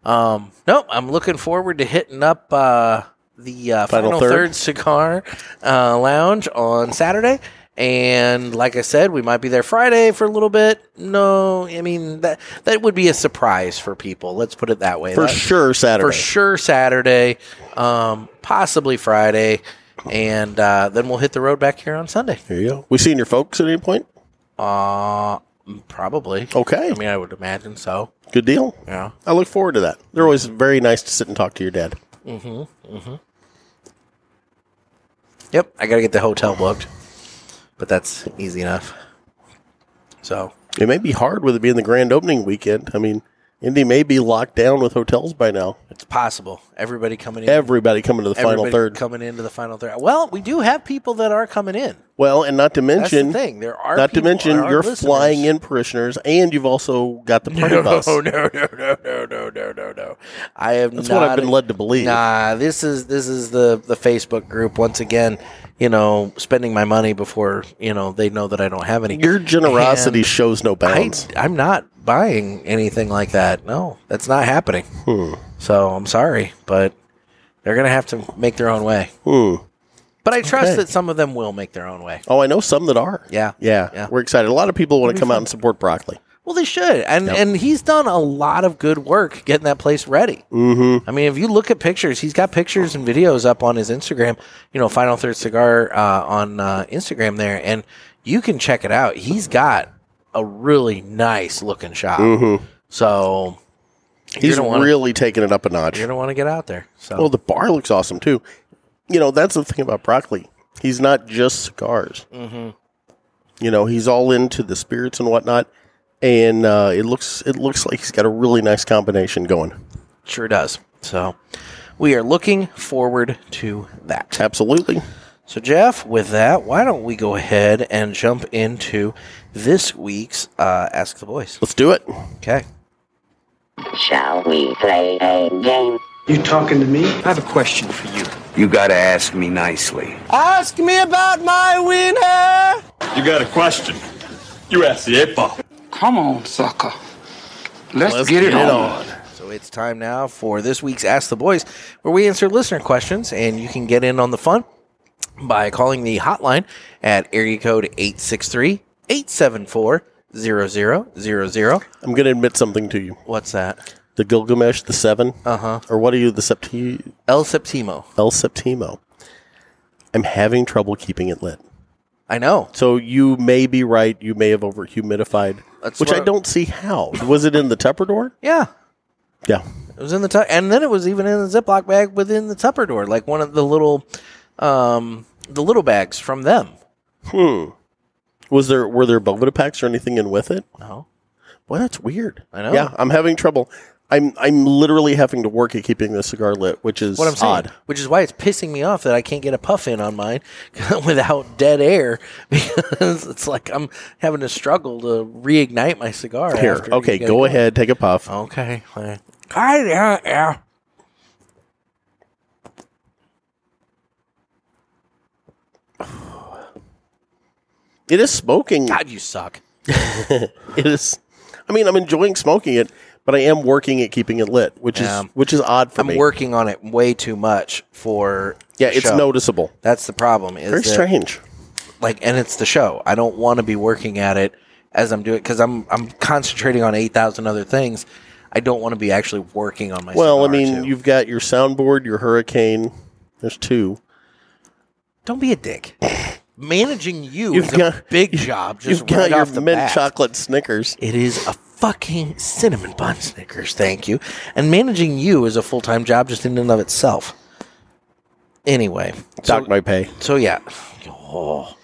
um, no, I'm looking forward to hitting up uh, the uh,
Final
final,
Third.
third. cigar uh, lounge on Saturday. And like I said, we might be there Friday for a little bit. No, I mean that that would be a surprise for people. Let's put it that way.
for
That-
sure Saturday.
for sure Saturday, um, possibly Friday, and uh, then we'll hit the road back here on Sunday.
There you go. We seen your folks at any point?
Uh, probably.
Okay,
I mean, I would imagine so.
good deal.
Yeah.
I look forward to that. They're always very nice to sit and talk to your dad.
Yep, I gotta get the hotel booked, but that's easy enough. So
It may be hard with it being the grand opening weekend. I mean, Indy may be locked down with hotels by now.
it's possible. Everybody coming in.
Everybody coming to the final
everybody
third.
coming into the final third. Well, we do have people that are coming in.
well, and not to
That's the
mention,
thing. There are
not to
people,
mention,
there are
you're
listeners.
flying in parishioners, and you've also got the party
[laughs] No, no,
bus.
no, no, no, no, no, no, no, no. I have.
That's
not
what I've been led to believe.
Nah, this is this is the the Facebook group once again. You know, spending my money before you know they know that I don't have any.
Your generosity
And
shows no
I,
bounds.
I'm not buying anything like that. No, that's not happening.
Hmm.
So I'm sorry, but they're gonna have to make their own way.
Hmm.
But I trust
Okay.
that some of them will make their own way.
Oh, I know some that are.
Yeah.
Yeah.
Yeah.
We're excited. A lot of people want to come out and support broccoli.
Well, they should, and and he's done a lot of good work getting that place ready. Mm-hmm. I mean, if you look at pictures, he's got pictures and videos up on his Instagram. You know, Final Third Cigar uh, on uh, Instagram there, and you can check it out. He's got a really nice looking shop,
Mm-hmm.
so
He's
don't wanna-
really taking it up a notch.
you're gonna want to get out there. So
Oh.
Well, the bar looks awesome too. You know, that's the thing about broccoli. He's not just cigars. Mm-hmm. You know, he's all into the spirits and whatnot, and uh, it looks it looks like he's got a really nice combination going.
sure does. So we are looking forward to that.
Absolutely.
So, Jeff, with that, why don't we go ahead and jump into this week's uh, Ask the Boys?
Let's do it.
Okay.
Shall we play a game?
You talking to me? I have a question for you.
You gotta ask me nicely.
Ask me about my winner.
You got a question? You ask the eight ball.
Come on, sucker. Let's,
Let's
get, it, on.
So it's time now for this week's Ask the Boys, where we answer listener questions, and you can get in on the fun by calling the hotline at area code 863 874 0000.
I'm going to admit something to you.
What's that?
The Gilgamesh, the Seven, uh
Uh-huh.
huh, or what are you, the Septi
El Septimo.
El Septimo? I'm having trouble keeping it lit.
I know.
So you may be right. You may have over humidified,
That's
which
what
I
I-
don't see how. Was it in the Tupperware?
Yeah.
Yeah.
It was in the tu- and then it was even in the Ziploc bag within the Tupperware, like one of the little, um, the little bags from them.
Was there were there Bovita packs or anything in with it?
No,
Well, that's weird.
I know.
Yeah, I'm having trouble. I'm I'm literally having to work at keeping the cigar lit, which is
what I'm saying,
odd.
which is why it's pissing me off that I can't get a puff in on mine [laughs] without dead air [laughs] because it's like I'm having to struggle to reignite my cigar.
Here,
after
okay,
you get
go
it Ah, going. Oh.
ahead, take a puff.
Okay, all right. Hi there, yeah.
It is smoking.
God, you suck.
[laughs] It is. I mean, I'm enjoying smoking it, but I am working at keeping it lit, which
Yeah.
is which is odd for
I'm
me.
working on it way too much for
yeah, it's
show.
noticeable.
That's the problem. Is
Very
that-
strange.
like and it's the show i don't want to be working at it as i'm doing because i'm i'm concentrating on 8000 other things i don't want to be actually working on my
Well, I
cigar,
mean,
too.
you've got your soundboard, your hurricane. There's two.
don't be a dick managing you
You've
is a
got-
big job just
you've got
right
your
off the
mint
bat.
chocolate Snickers.
it is a fucking cinnamon bun snickers thank you and managing you is a full-time job just in and of itself anyway
Dock my pay.
So yeah. Oh.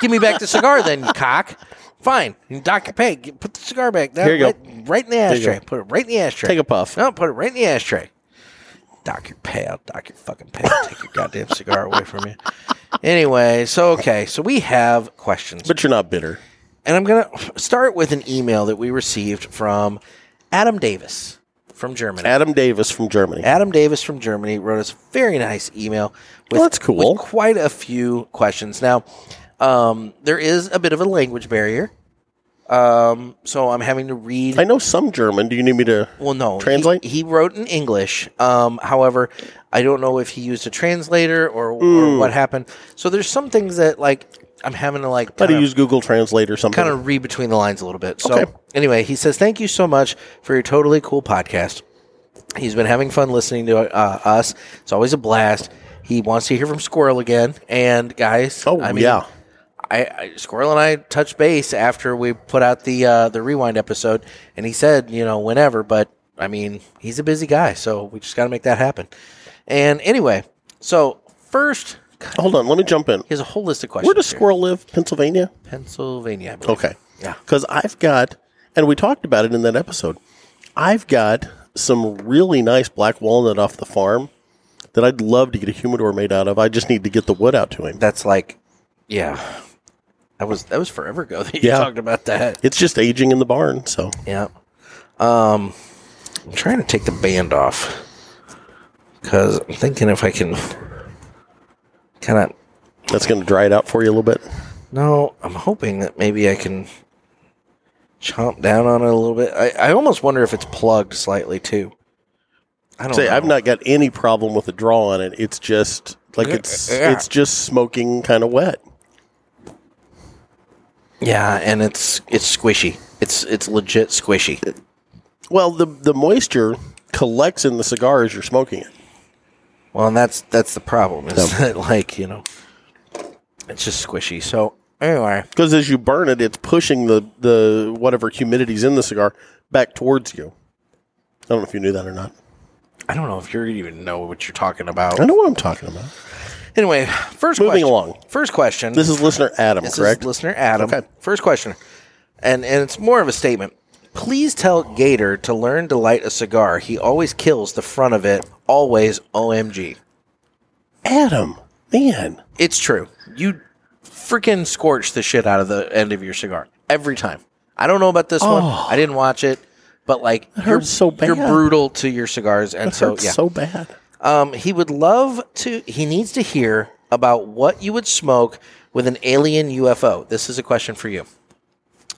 Give me back the cigar then, you cock. Fine. You Dr. Peg, you put the cigar back. down
Here you go.
right, Right in the
you
ashtray.
go.
Put it right in the ashtray.
Take a puff.
No, put it right in the ashtray. Dock your pay. I'll dock your fucking pay. Take your goddamn cigar away from you. Anyway, so okay. So we have questions.
But you're not bitter.
And I'm going to start with an email that we received from Adam Davis from Germany.
Adam Davis from Germany.
Adam Davis from Germany wrote us a very nice email with,
Well, that's cool.
with quite a few questions. Now, um, there is a bit of a language barrier. Um, so I'm having to read.
I know some German. Do you need me to?
well, no. he-
translate?
He, wrote in English. Um, however, I don't know if he used a translator or,
Hmm.
or what happened. So there's some things that, like, I'm having to, like,
How to
kinda-
use Google Translate or something?
kind of read between the lines a little bit. So,
Okay.
anyway, he says, Thank you so much for your totally cool podcast. He's been having fun listening to uh, us. It's always a blast. He wants to hear from Squirrel again. And, guys,
oh
I mean,
yeah,
I, I Squirrel and I touched base after we put out the uh, the rewind episode, and he said, you know, whenever. But I mean, he's a busy guy, so we just got to make that happen. And anyway, so first,
hold on. Let me jump in.
he has a whole list of questions.
Where does
here.
Squirrel live? Pennsylvania.
Pennsylvania? I believe.
Okay.
Yeah.
Because I've got, and we talked about it in that episode, I've got some really nice black walnut off the farm that I'd love to get a humidor made out of. I just need to get the wood out to him.
That's like, yeah, that was that was forever ago [laughs] that you
Yeah.
talked about that.
It's just aging in the barn. So
Yeah. Um, I'm trying to take the band off because I'm thinking if I can kind of.
that's going to dry it out for you a little bit.
No, I'm hoping that maybe I can chomp down on it a little bit. I, I almost wonder if it's plugged slightly too. I don't
Say,
know.
I've not got any problem with the draw on it. It's just like
Yeah,
it's
yeah.
it's just smoking kind of wet.
Yeah, and it's it's squishy. It's it's legit squishy.
Well, the the moisture collects in the cigar as you're smoking it.
Well, and that's that's the problem is [laughs] that like you know, it's just squishy. So anyway,
because as you burn it, it's pushing the the whatever humidity's in the cigar back towards you. I don't know if you knew that or not.
I don't know if you even know what you're talking about.
I know what I'm talking about.
Anyway, first
Moving
question-
along.
First question.
This is listener Adam,
This
correct?
is listener Adam.
Okay.
First question, and and it's more of a statement. Please tell Gator to learn to light a cigar. He always kills the front of it. Always, OMG.
Adam, man,
It's true. You freaking scorch the shit out of the end of your cigar every time. I don't know about this one.
Oh.
I didn't watch it, but like you're,
hurts so
you're
bad.
brutal to your cigars, and
that
so
hurts
yeah.
so bad.
Um, he would love to. He needs to hear about what you would smoke with an alien UFO. This is a question for you.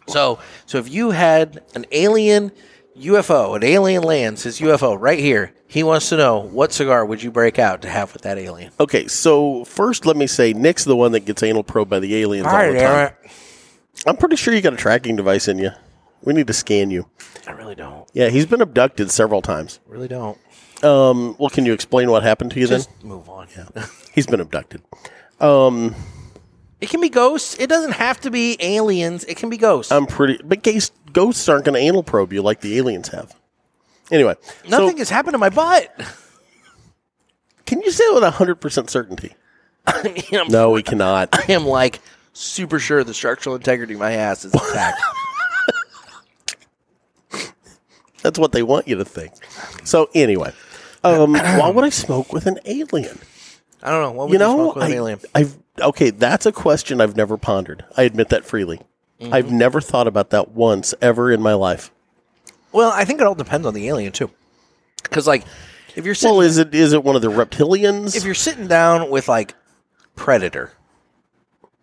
So, so if you had an alien UFO, an alien lands his UFO right here, he wants to know what cigar would you break out to have with that alien?
Okay, so first let me say Nick's the one that gets anal probed by the aliens all, the time. I'm pretty sure you got a tracking device in you. We need to scan you.
I really don't.
Yeah, he's been abducted several times.
Really don't.
Um, well, can you explain what happened to you
Just
then?
move on.
He's been abducted.
It can be ghosts. It doesn't have to be aliens. It can be ghosts.
I'm pretty, but ghosts, ghosts aren't going to anal probe you like the aliens have. Anyway,
Nothing
so
has happened to my butt. [laughs]
can you say it with hundred percent certainty?
I mean, I'm
No, we cannot. [laughs]
I am like super sure the structural integrity of my ass is intact.
That's what they want you to think. So anyway,
[clears throat]
um, why would I smoke with an alien?
I don't know. What would
You
you,
know,
smoke with an
I,
alien?
I've okay. That's a question I've never pondered. I admit that freely.
Mm-hmm.
I've never thought about that once ever in my life.
Well, I think it all depends on the alien too, because like if you're sitting,
Well, is it is it one of the reptilians?
if you're sitting down with like predator,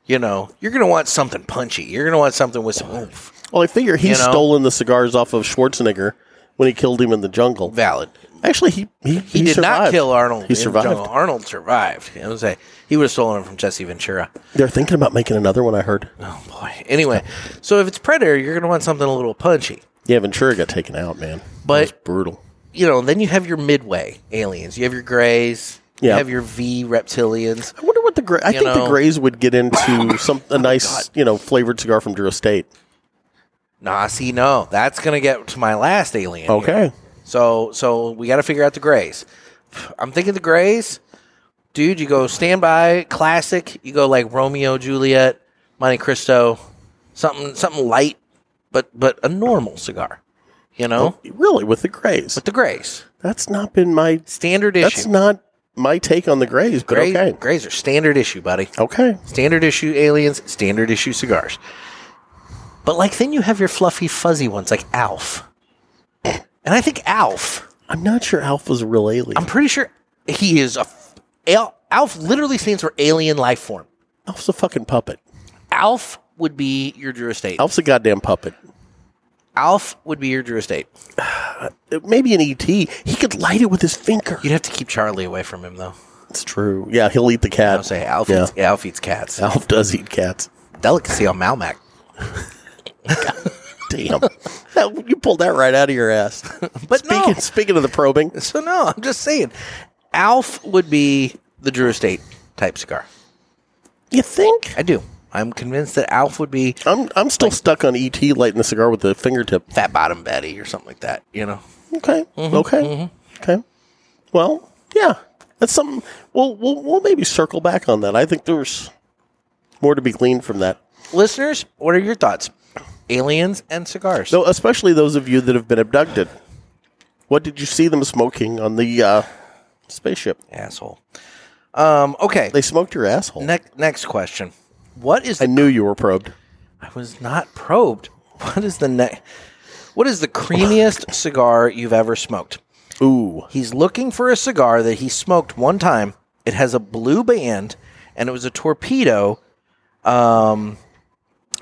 you know, you're gonna want something punchy. You're gonna want something with some oomph.
well, I figure he's
you know?
stolen the cigars off of Schwarzenegger when he killed him in the jungle.
Valid.
Actually, he he,
He, did not
survived.
kill Arnold. in
He
the
survived.
jungle. Arnold survived. I would say he would have stolen him from Jesse Ventura.
They're thinking about making another one. I heard.
Oh boy. Anyway, so if it's predator, you're gonna want something a little punchy.
Yeah, Ventura got taken out, man.
But-
That was brutal.
you know, then you have your midway aliens. You have your grays. You
Yeah.
have your V reptilians.
I wonder what the gray. I
You
think
know-
the Grays would get [coughs] into some a nice,
God.
you know, flavored cigar from Drew Estate.
Nah, see, no, that's gonna get to my last alien. here. So, so we got to figure out the grays. I'm thinking the grays, dude. You go standby classic. You go like Romeo Juliet, Monte Cristo, something something light, but but a normal cigar. You know,
really with the Grays.
with the grays,
That's not been my.
standard issue.
That's not my take on the Grays. But
Gray-
okay, Oh.
Grays are standard issue, buddy.
okay.
standard issue aliens, standard issue cigars. But like then you have your fluffy fuzzy ones like Alf. And I think Alf,
I'm not sure Alpha's a real alien.
I'm pretty sure he is a f- Al, Alf literally stands for alien life form.
Alpha's a fucking puppet.
Alf would be your Drew Estate. Alf,
Alpha's a goddamn puppet.
would be your Drew Estate.
Uh, Maybe an ET. He could light it with his finger.
You'd have to keep Charlie away from him though.
That's true. Yeah, he'll eat the cat.
I'll say Alf,
Yeah.
eats, Alf eats cats.
Alf does eat cats.
Delicacy on Malmac.
Damn. That- you pulled that right out of your ass.
[laughs] But no.
speaking, speaking of the probing,
So no, I'm just saying Alf would be the Drew Estate type cigar.
you think?
I do. I'm convinced that Alf would be
I'm, I'm still stuck on ET lighting the cigar with the fingertip.
Fat Bottom Betty or something like that. You know,
Okay. okay. Okay. Well, yeah. That's something. We'll, we'll, we'll maybe circle back on that. I think there's more to be gleaned from that.
listeners, what are your thoughts? aliens and cigars.
So, especially those of you that have been abducted, what did you see them smoking on the uh, spaceship?
Asshole. Um, okay.
They smoked your asshole.
Next next question. What is
I knew you were probed.
I was not probed. What is the ne- What is the creamiest cigar you've ever smoked?
Ooh,
He's looking for a cigar that he smoked one time. It has a blue band, and it was a torpedo. Um,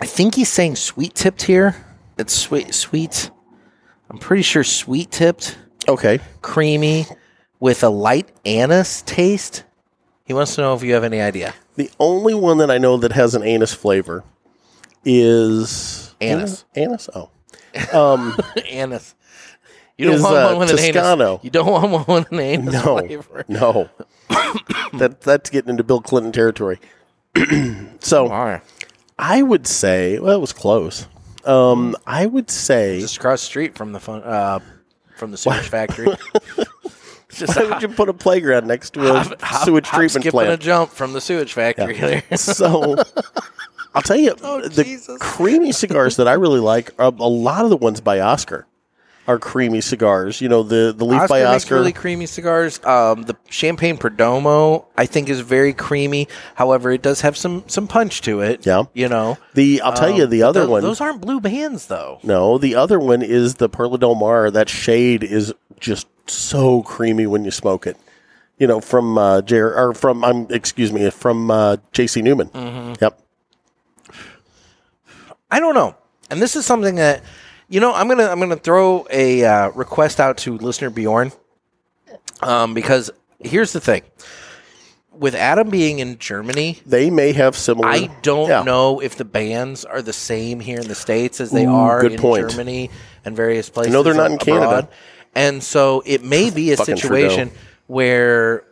I think he's saying sweet tipped here. It's sweet, sweet. I'm pretty sure sweet tipped,
okay.
creamy, with a light anise taste. He wants to know if you have any idea.
The only one that I know that has an anus flavor is
Anise.
Anise. Oh,
anise. You don't
Is,
want
uh,
one with an
Toscano.
anise. You don't want one with an anise
no,
flavor.
no. that that's getting into Bill Clinton territory. [clears throat] so
Why?
I would say, well, it was close. Um, I would say,
Just across the street from the fun, uh, from the sewage
[laughs]
factory. Just
why would you put a playground next to a
hop-
sewage
hop,
treatment
skipping
plant?
a jump from the sewage factory. there. [laughs]
so I'll tell you, the
Oh, Jesus.
creamy cigars that I really like are a lot of the ones by Oscar are creamy cigars. You know, the the leaf
Oscar
by
makes
Oscar.
really creamy cigars. Um, the Champagne Perdomo, I think, is very creamy. However, it does have some some punch to it.
Yeah.
you know.
the I'll tell you the other
Um, Tho-
one.
Those aren't blue bands, though.
no, the other one is the Perla Del Mar. That shade is just so creamy when you smoke it. You know, from uh, Jer or from I'm excuse me from uh, J.C. Newman.
Mm-hmm.
Yep.
I don't know. And this is something that you know I'm gonna I'm gonna throw a uh, request out to listener Bjorn, um, because here's the thing. With Adam being in Germany,
They may have similar.
I don't
Mm. yeah.
know if the bands are the same here in the states as they
Ooh,
are
good
in
point.
Germany and various places.
No, they're not in
abroad.
Canada.
And so it may be a
Fucking
situation where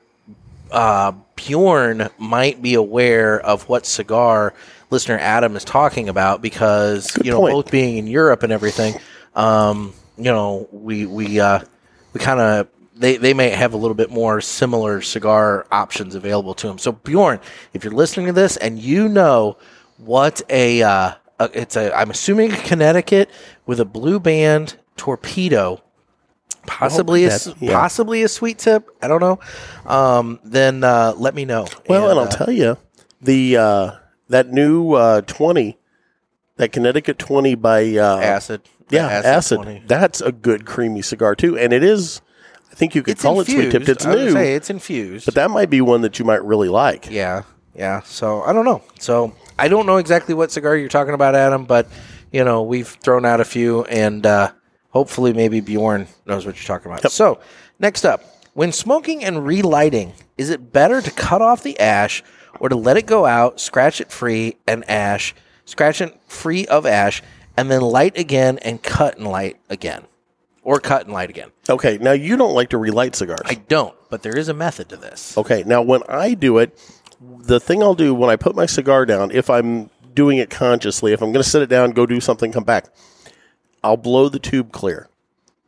uh, Bjorn might be aware of what cigar listener Adam is talking about because you know
point.
both being in Europe and everything. Um, you know, we we uh, we kind of. They, they may have a little bit more similar cigar options available to them. So Bjorn, if you're listening to this and you know what a, uh, a it's a I'm assuming a Connecticut with a blue band torpedo, possibly a,
that-
s-
yeah.
possibly a sweet tip. I don't know. Um, then uh, let me know.
Well, and, I'll
uh,
tell you, the uh, that new uh, twenty, that Connecticut twenty by uh,
acid.
yeah,
That
acid.
20.
That's a good creamy cigar too, and it is. I think you could
It's
call
infused.
it sweet tipped. It's
I would
new,
Say it's infused.
but that might be one that you might really like.
yeah, yeah. So I don't know. So I don't know exactly what cigar you're talking about, Adam. But you know, we've thrown out a few, and uh, hopefully, maybe Bjorn knows what you're talking about. So next up, when smoking and relighting, is it better to cut off the ash or to let it go out, scratch it free, and ash, scratch it free of ash, and then light again and cut and light again, or cut and light again?
Okay, now you don't like to relight cigars.
I don't, but there is a method to this.
Okay, now when I do it, the thing I'll do when I put my cigar down, if I'm doing it consciously, if I'm going to set it down, go do something, come back, I'll blow the tube clear.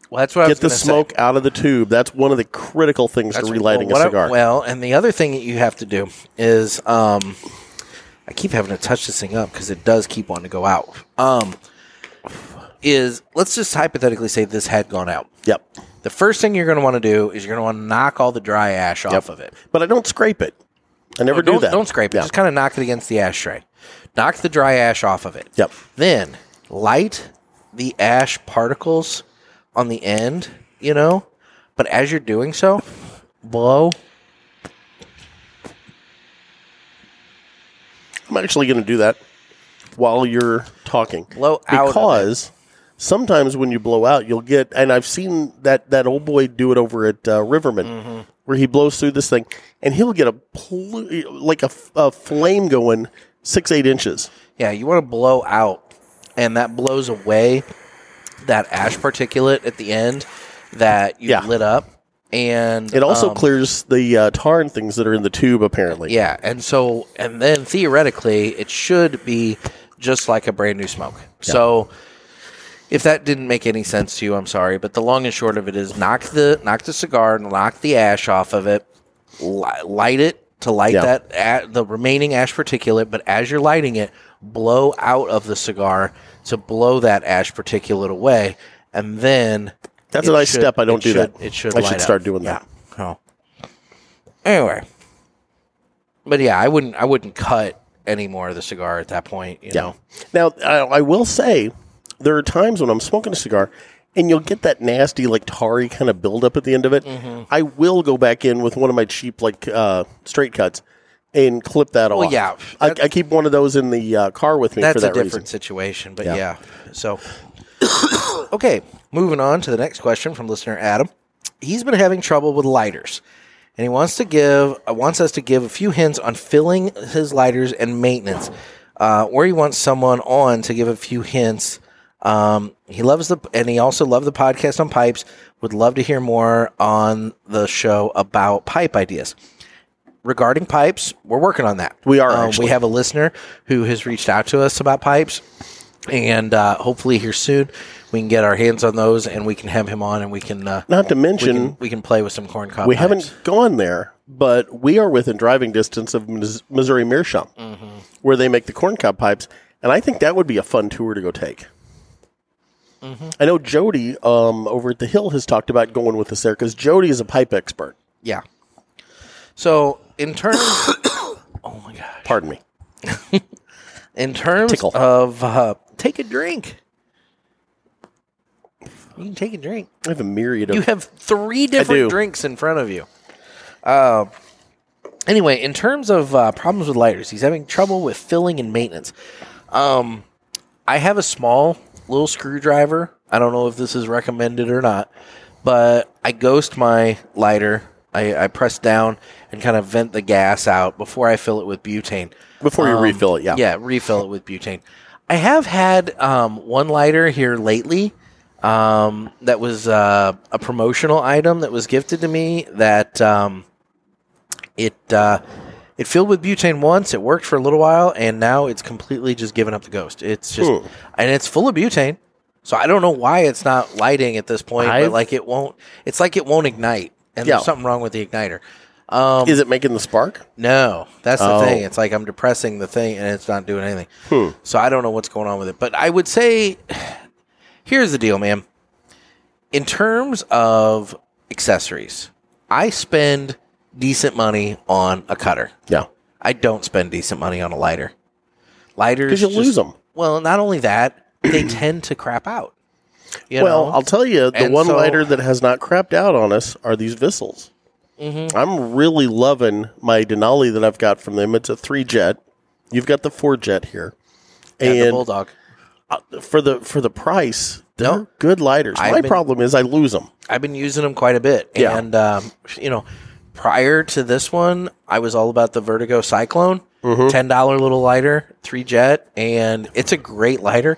Well, that's what I was
Get the
gonna say.
smoke out of the tube. That's one of the critical things to
That's-
relighting
well,
a
what I-
cigar.
well, and the other thing that you have to do is, um, I keep having to touch this thing up because it does keep wanting to go out. Um, is let's just hypothetically say this had gone out.
yep.
The first thing you're going to want to do is you're going to want to knock all the dry ash off of it.
But I don't scrape it. I
Or
never
Oh, don't,
do that.
Don't scrape it.
Yeah.
Just kind of knock it against the ashtray. Knock the dry ash off of it.
Yep.
Then light the ash particles on the end, you know? But as you're doing so, blow.
I'm actually going to do that while you're talking.
Blow out of it.
because sometimes when you blow out, you'll get. And I've seen that that old boy do it over at uh, Riverman,
Mm-hmm.
where he blows through this thing, and he'll get a pl- like a, f- a flame going six eight inches.
Yeah, you want to blow out, and that blows away that ash particulate at the end that you
Yeah.
lit up. And
It also
um,
clears the uh, tar and things that are in the tube. Apparently,
Yeah, and so and then theoretically it should be just like a brand new smoke. So if that didn't make any sense to you, I'm sorry, but the long and short of it is knock the knock the cigar and knock the ash off of it, li- light it to light
Yeah.
that a the remaining ash particulate. But as you're lighting it, blow out of the cigar to blow that ash particulate away, and then
That's
it
a nice
should-
step. I don't
it
do
should-
that.
It should.
I
light
should
up.
start doing
Yeah.
that.
Oh. Anyway, but yeah, I wouldn't. I wouldn't cut any more of the cigar at that point. You know.
Now, I, I will say there are times when I'm smoking a cigar and you'll get that nasty, like, tarry kind of buildup at the end of it.
Mm-hmm.
I will go back in with one of my cheap, like, uh, straight cuts and clip that off.
yeah.
I, I keep one of those in the uh, car with me
That's
for that
a different
reason.
situation, but
Yeah.
yeah. So, [coughs] okay, moving on to the next question from listener Adam. He's been having trouble with lighters, and he wants to give uh, wants us to give a few hints on filling his lighters and maintenance, uh, or he wants someone on to give a few hints. Um, he loves the and he also loved the podcast on pipes. Would love to hear more on the show about pipe ideas regarding pipes, we're working on that.
We are,
Um,
actually.
we have a listener who has reached out to us about pipes, and uh, hopefully here soon we can get our hands on those, and we can have him on, and we can uh,
Not to
we
mention,
can, we can play with some corn cob.
we
pipes.
haven't gone there, but we are within driving distance of Mis- Missouri Meerschaum, where they make the corncob pipes, and I think that would be a fun tour to go take. I know Jody um, over at the Hill has talked about going with us there because Jody is a pipe expert.
Yeah. So in terms, oh my gosh,
Pardon me.
in terms
Tickle.
of uh, take a drink. You can take a drink.
I have a myriad of.
You have three
do.
different drinks in front of you. Uh, anyway, in terms of uh, problems with lighters, he's having trouble with filling and maintenance. Um, I have a small little screwdriver. I don't know if this is recommended or not, but I ghost my lighter. I, I press down and kind of vent the gas out before I fill it with butane.
before you refill it, yeah.
Um, Yeah, refill it with butane. I have had um, one lighter here lately um, that was uh, a promotional item that was gifted to me that um, it uh, it filled with butane once. It worked for a little while, and now it's completely just given up the ghost. It's just
Hmm.
and it's full of butane. So I don't know why it's not lighting at this point,
I've-
but like it won't. It's like it won't ignite, and
Yeah.
there's something wrong with the igniter. Um,
Is it making the spark?
no, that's the
Oh.
thing. It's like I'm depressing the thing and it's not doing anything. So I don't know what's going on with it. But I would say here's the deal, man. In terms of accessories, I spend decent money on a cutter.
Yeah.
I don't spend decent money on a lighter. Lighters
'Cause you'll
just-
lose 'em.
Well, not only that, they tend to crap out. You
well,
know?
I'll tell you, the
And
one
so-
lighter that has not crapped out on us are these Vissels.
Mm-hmm.
I'm really loving my Denali that I've got from them. It's a three jet. You've got the four jet here,
and the
and
bulldog.
for the for the price, they're
No.
good lighters.
I've
my
been-
problem is I lose them.
I've been using them quite a bit.
Yeah.
And, um, you know, prior to this one, I was all about the Vertigo Cyclone,
Mm-hmm.
$10 little lighter, three jet, and it's a great lighter.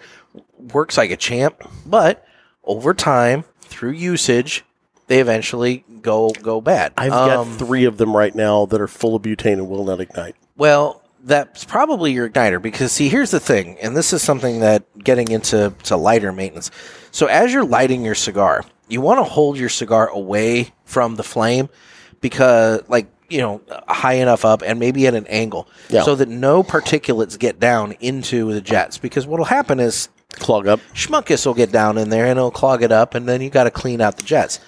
Works like a champ, but over time, through usage, they eventually go go bad.
I've
Um,
got three of them right now that are full of butane and will not ignite.
well, that's probably your igniter because see, here's the thing, and this is something that getting into to lighter maintenance. So as you're lighting your cigar, you want to hold your cigar away from the flame because, like, you know, high enough up and maybe at an angle
Yeah.
so that no particulates get down into the jets. Because what'll happen is
Clog up.
schmuckus will get down in there and it'll clog it up, and then you got to clean out the jets.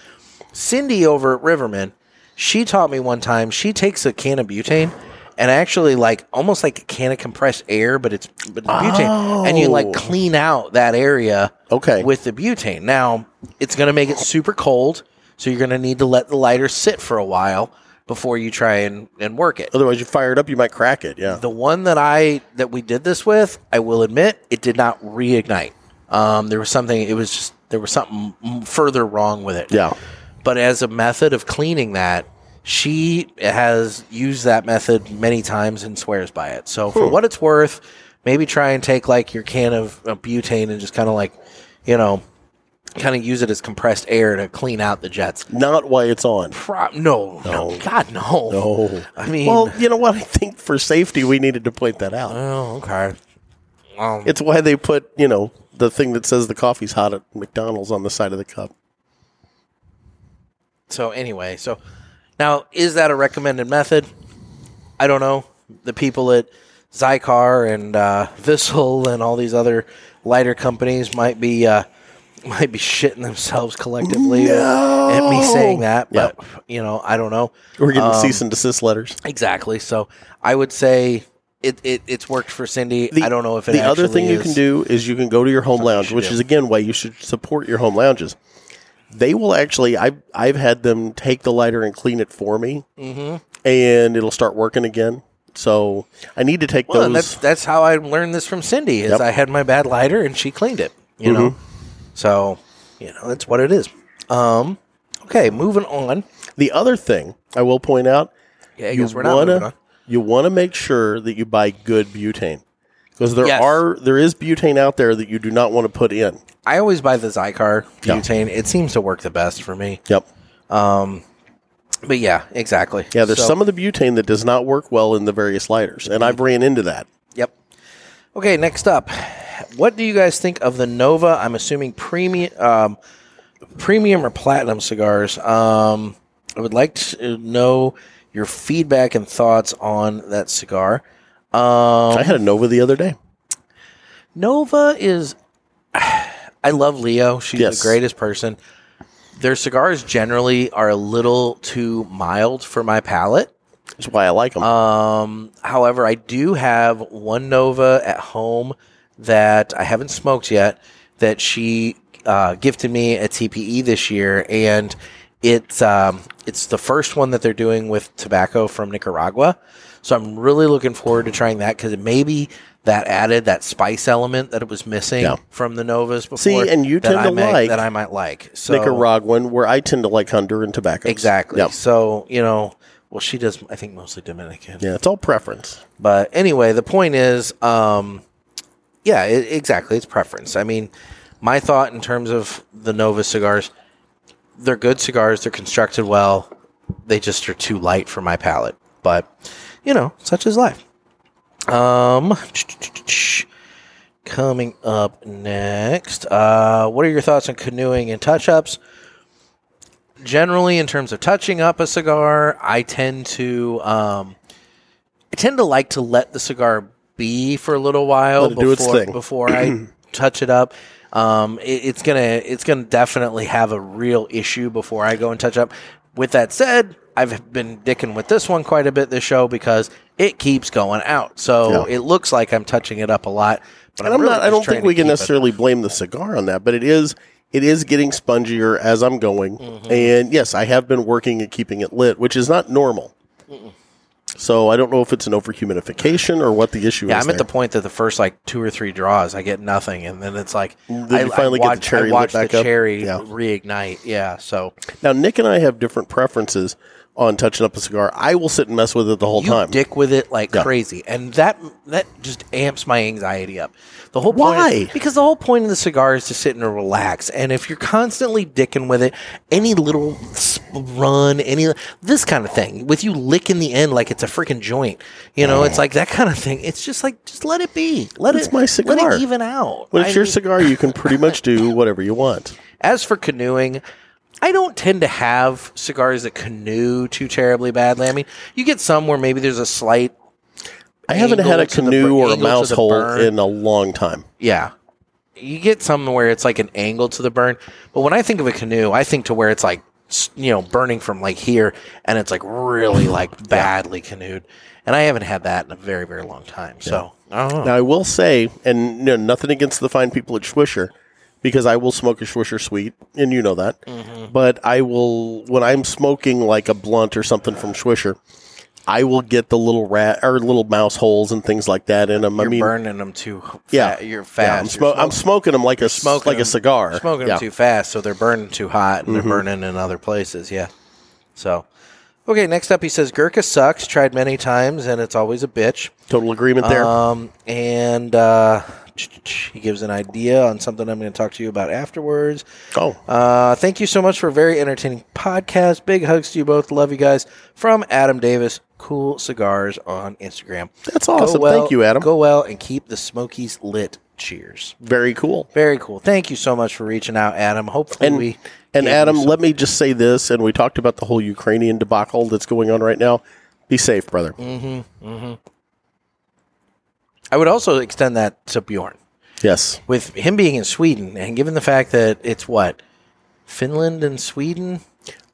Cindy over at Riverman, she taught me one time. She takes a can of butane and actually like almost like a can of compressed air, but it's but it's butane, and you
Oh.
like clean out that area.
Okay.
with the butane. Now it's going to make it super cold, so you're going to need to let the lighter sit for a while before you try and and work it.
Otherwise, you fire it up, you might crack it. Yeah.
The one that I that we did this with, I will admit, it did not reignite. Um, there was something. It was just there was something m- further wrong with it.
yeah.
But as a method of cleaning that, she has used that method many times and swears by it. So for what it's worth, maybe try and take like your can of, of butane and just kind of like, you know, kind of use it as compressed air to clean out the jets.
Not why it's on.
Pro- no, no,
No.
God, no.
No.
I mean,
Well, you know what? I think for safety, we needed to point that out.
oh, okay. Um,
It's why they put, you know, the thing that says the coffee's hot at McDonald's on the side of the cup.
So anyway, so now is that a recommended method? I don't know the people at Zycar and uh, Vissel and all these other lighter companies might be uh, might be shitting themselves collectively at me saying that, but you know I don't know
We're getting cease and desist letters.
exactly. So I would say it, it it's worked for Cindy. I don't know if it
the other thing
actually
you can
is-
do is you can go to your home lounge,
should
which
do.
is again why you should support your home lounges. They will actually. I've I've had them take the lighter and clean it for me,
Mm-hmm.
and it'll start working again. So I need to take
Well, and that's
those.
that's how I learned this from Cindy. Is
Yep. Mm-hmm.
I had my bad lighter and she cleaned it. You know, so you know that's what it is. Um, okay, moving on.
The other thing I will point out,
Yeah, I
you
guess we're not moving on.
wanna you wanna make sure that you buy good butane because there
Yes.
are there is butane out there that you do not want to put in.
I always buy the Zycar
Yeah.
butane. It seems to work the best for me.
Yep.
But yeah, exactly.
Yeah, there's
So-
some of the butane that does not work well in the various lighters, and I've ran into that.
Yep. Okay, next up, what do you guys think of the Nova? I'm assuming premium, um, premium or platinum cigars. Um, I would like to know your feedback and thoughts on that cigar. Um,
I had a Nova the other day.
Nova is. [sighs] I love Leo. She's
Yes.
the greatest person. Their cigars generally are a little too mild for my palate.
That's why I like them.
Um, however, I do have one Nova at home that I haven't smoked yet that she uh, gifted me at TPE E this year, and it's um, it's the first one that they're doing with tobacco from Nicaragua. So I'm really looking forward to trying that because maybe that added that spice element that it was missing
Yeah.
from the Novas before.
and you
that
tend
I
to
might-
like
that I might like so,
Nicaraguan, where I tend to like Honduran tobacco.
Exactly.
Yep.
So you know, well, she does. I think mostly Dominican.
Yeah, it's all preference.
But anyway, the point is, um, yeah, it, exactly. It's preference. I mean, my thought in terms of the Nova cigars, they're good cigars. They're constructed well. They just are too light for my palate. But, you know, such is life. Um, coming up next, uh, what are your thoughts on canoeing and touch ups? Generally, in terms of touching up a cigar, I tend to. Um, I tend to like to let the cigar be for a little while
Let it
before,
do its thing.
before
[clears throat]
I touch it up. Um, it- it's gonna it's gonna definitely have a real issue before I go and touch up. With that said, I've been dicking with this one quite a bit this show because it keeps going out. So
Yeah.
it looks like I'm touching it up a lot, but
And I'm
really
not. I
just
don't
trying
think
to
we can
keep it-
necessarily blame the cigar on that, but it is. It is getting spongier as I'm going,
Mm-hmm.
and yes, I have been working at keeping it lit, which is not normal. So I don't know if it's an overhumidification or what the issue
Yeah,
is.
I'm at the
there.
point that the first like two or three draws, I get nothing, and then it's like
Then
I
you finally
I
get the
watch,
cherry
I
lit
watch
back
the
up.
cherry
Yeah.
reignite. Yeah, so
now. Nick and I have different preferences on touching up a cigar. I will sit and mess with it the whole
you
time.
dick with it like
Yeah.
crazy, and that that just amps my anxiety up. The whole point is-
Why?
because the whole point of the cigar is to sit and relax, and if you're constantly dicking with it, any little s- run, any this kind of thing with you licking the end like it's a freaking joint, you know, it's like that kind of thing. It's just like just let it be, let
It's
it
Oh. my
let
cigar.
it even out.
When it's
I
your
mean-
cigar, you can pretty
[laughs]
much do whatever you want.
As for canoeing, I don't tend to have cigars that canoe too terribly badly. I mean, you get some where maybe there's a slight
I haven't had a
Angle to the
canoe
bur-
or a
angle to
mouse
the
hole
burn.
in a long time.
yeah. You get some where it's like an angle to the burn, but when I think of a canoe, I think to where it's like s- you know burning from like here, and it's like really
[laughs]
like badly canoed, and I haven't had that in a very very long time. So I don't know.
Now I will say, and no, nothing against the fine people at Swisher, because I will smoke a Swisher Sweet, and you know that. But I will when I'm smoking like a blunt or something from Swisher, I will get the little rat or little mouse holes and things like that in them.
you're
I mean,
burning them too. Fa-
yeah,
you're fast.
Yeah, I'm,
You're
smo- I'm smoking them like a smoke
smoking
like
them-
a cigar.
Smoking
yeah. Mm-hmm.
them too fast, so they're burning too hot and they're burning in other places. Yeah. So, okay. Next up, he says Gurkha sucks. Tried many times and it's always a bitch.
Total agreement there.
Um, and uh, he gives an idea on something I'm going to talk to you about afterwards.
oh,
Uh, thank you so much for a very entertaining podcast. Big hugs to you both. Love you guys. From Adam Davis, Cool Cigars on Instagram.
that's
Go
awesome.
well-
Thank you, Adam.
Go well and keep the Smokies lit. Cheers.
Very cool.
Very cool. Thank you so much for reaching out, Adam. Hopefully
and
we gave
and
you
Adam,
some-
let me just say this, and we talked about the whole Ukrainian debacle that's going on right now. Be safe, brother.
Mm. I would also extend that to Bjorn.
Yes.
With him being in Sweden, and given the fact that it's what Finland and Sweden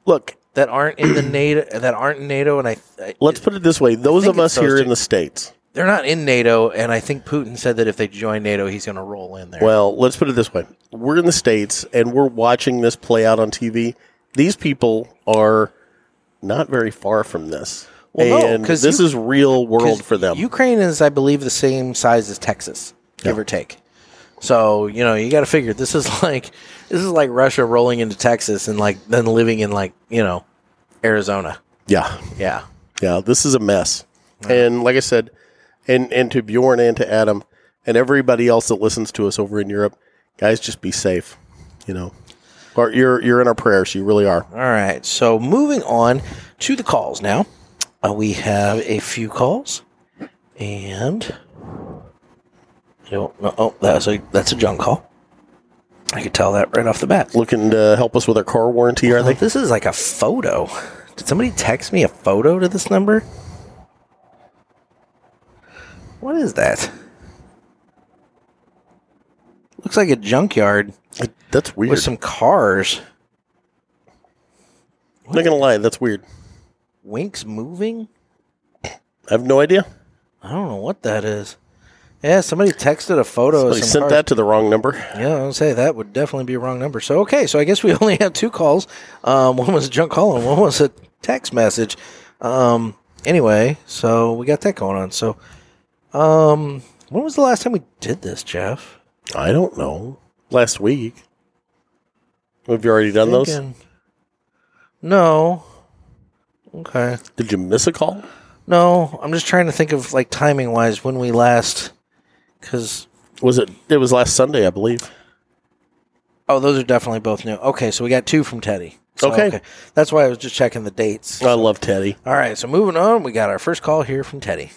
Look,
that aren't
[clears throat]
in the NATO, that aren't in NATO, and I, I
let's put it this way: those
think
of us
it's those
here
two.
in the states.
they're not in NATO, and I think Putin said that if they join NATO, he's going to roll in there.
Well, let's put it this way: we're in the states and we're watching this play out on TV. These people are not very far from this,
Well, no,
and
'cause
this
you-
is real
'Cause
world for them.
Ukraine is, I believe, the same size as Texas, give or take. So you know, you got to figure this is [laughs] like this is like Russia rolling into Texas and like then living in like you know Arizona.
yeah,
Yeah,
yeah, this is a mess. And like I said, and and to Bjorn and to Adam and everybody else that listens to us over in Europe, guys, just be safe. You know, Or you're you're in our prayers. You really are.
All right. So moving on to the calls now. Uh, we have a few calls, and oh, no, oh that's a that's a junk call. I could tell that right off the bat.
Looking to help us with our car warranty, are
I [laughs] think
they?
this is like a photo. Did somebody text me a photo to this number? What is that? Looks like a junkyard
That's weird.
with some cars.
I'm not gonna lie, that's weird.
Winks moving?
I have no idea.
I don't know what that is. Yeah, somebody texted a photo.
Well,
of
he
Oh, some
sent
cars.
that to the wrong number.
Yeah, I would say that would definitely be a wrong number. So okay, so I guess we [laughs] only had two calls. Um, one was a junk call and one was a text message. Um, anyway, so we got that going on. So, um, when was the last time we did this, Jeff?
I don't know. Last week. Have you already done those?
Thinking- No. Okay.
Did you miss a call?
No, I'm just trying to think of like timing wise when we last. Because
Was it? It was last Sunday, I believe.
oh, those are definitely both new. Okay, so we got two from Teddy. So,
Okay. Uh,
that's why I was just checking the dates.
I love Teddy.
All right, so moving on, we got our first call here from Teddy.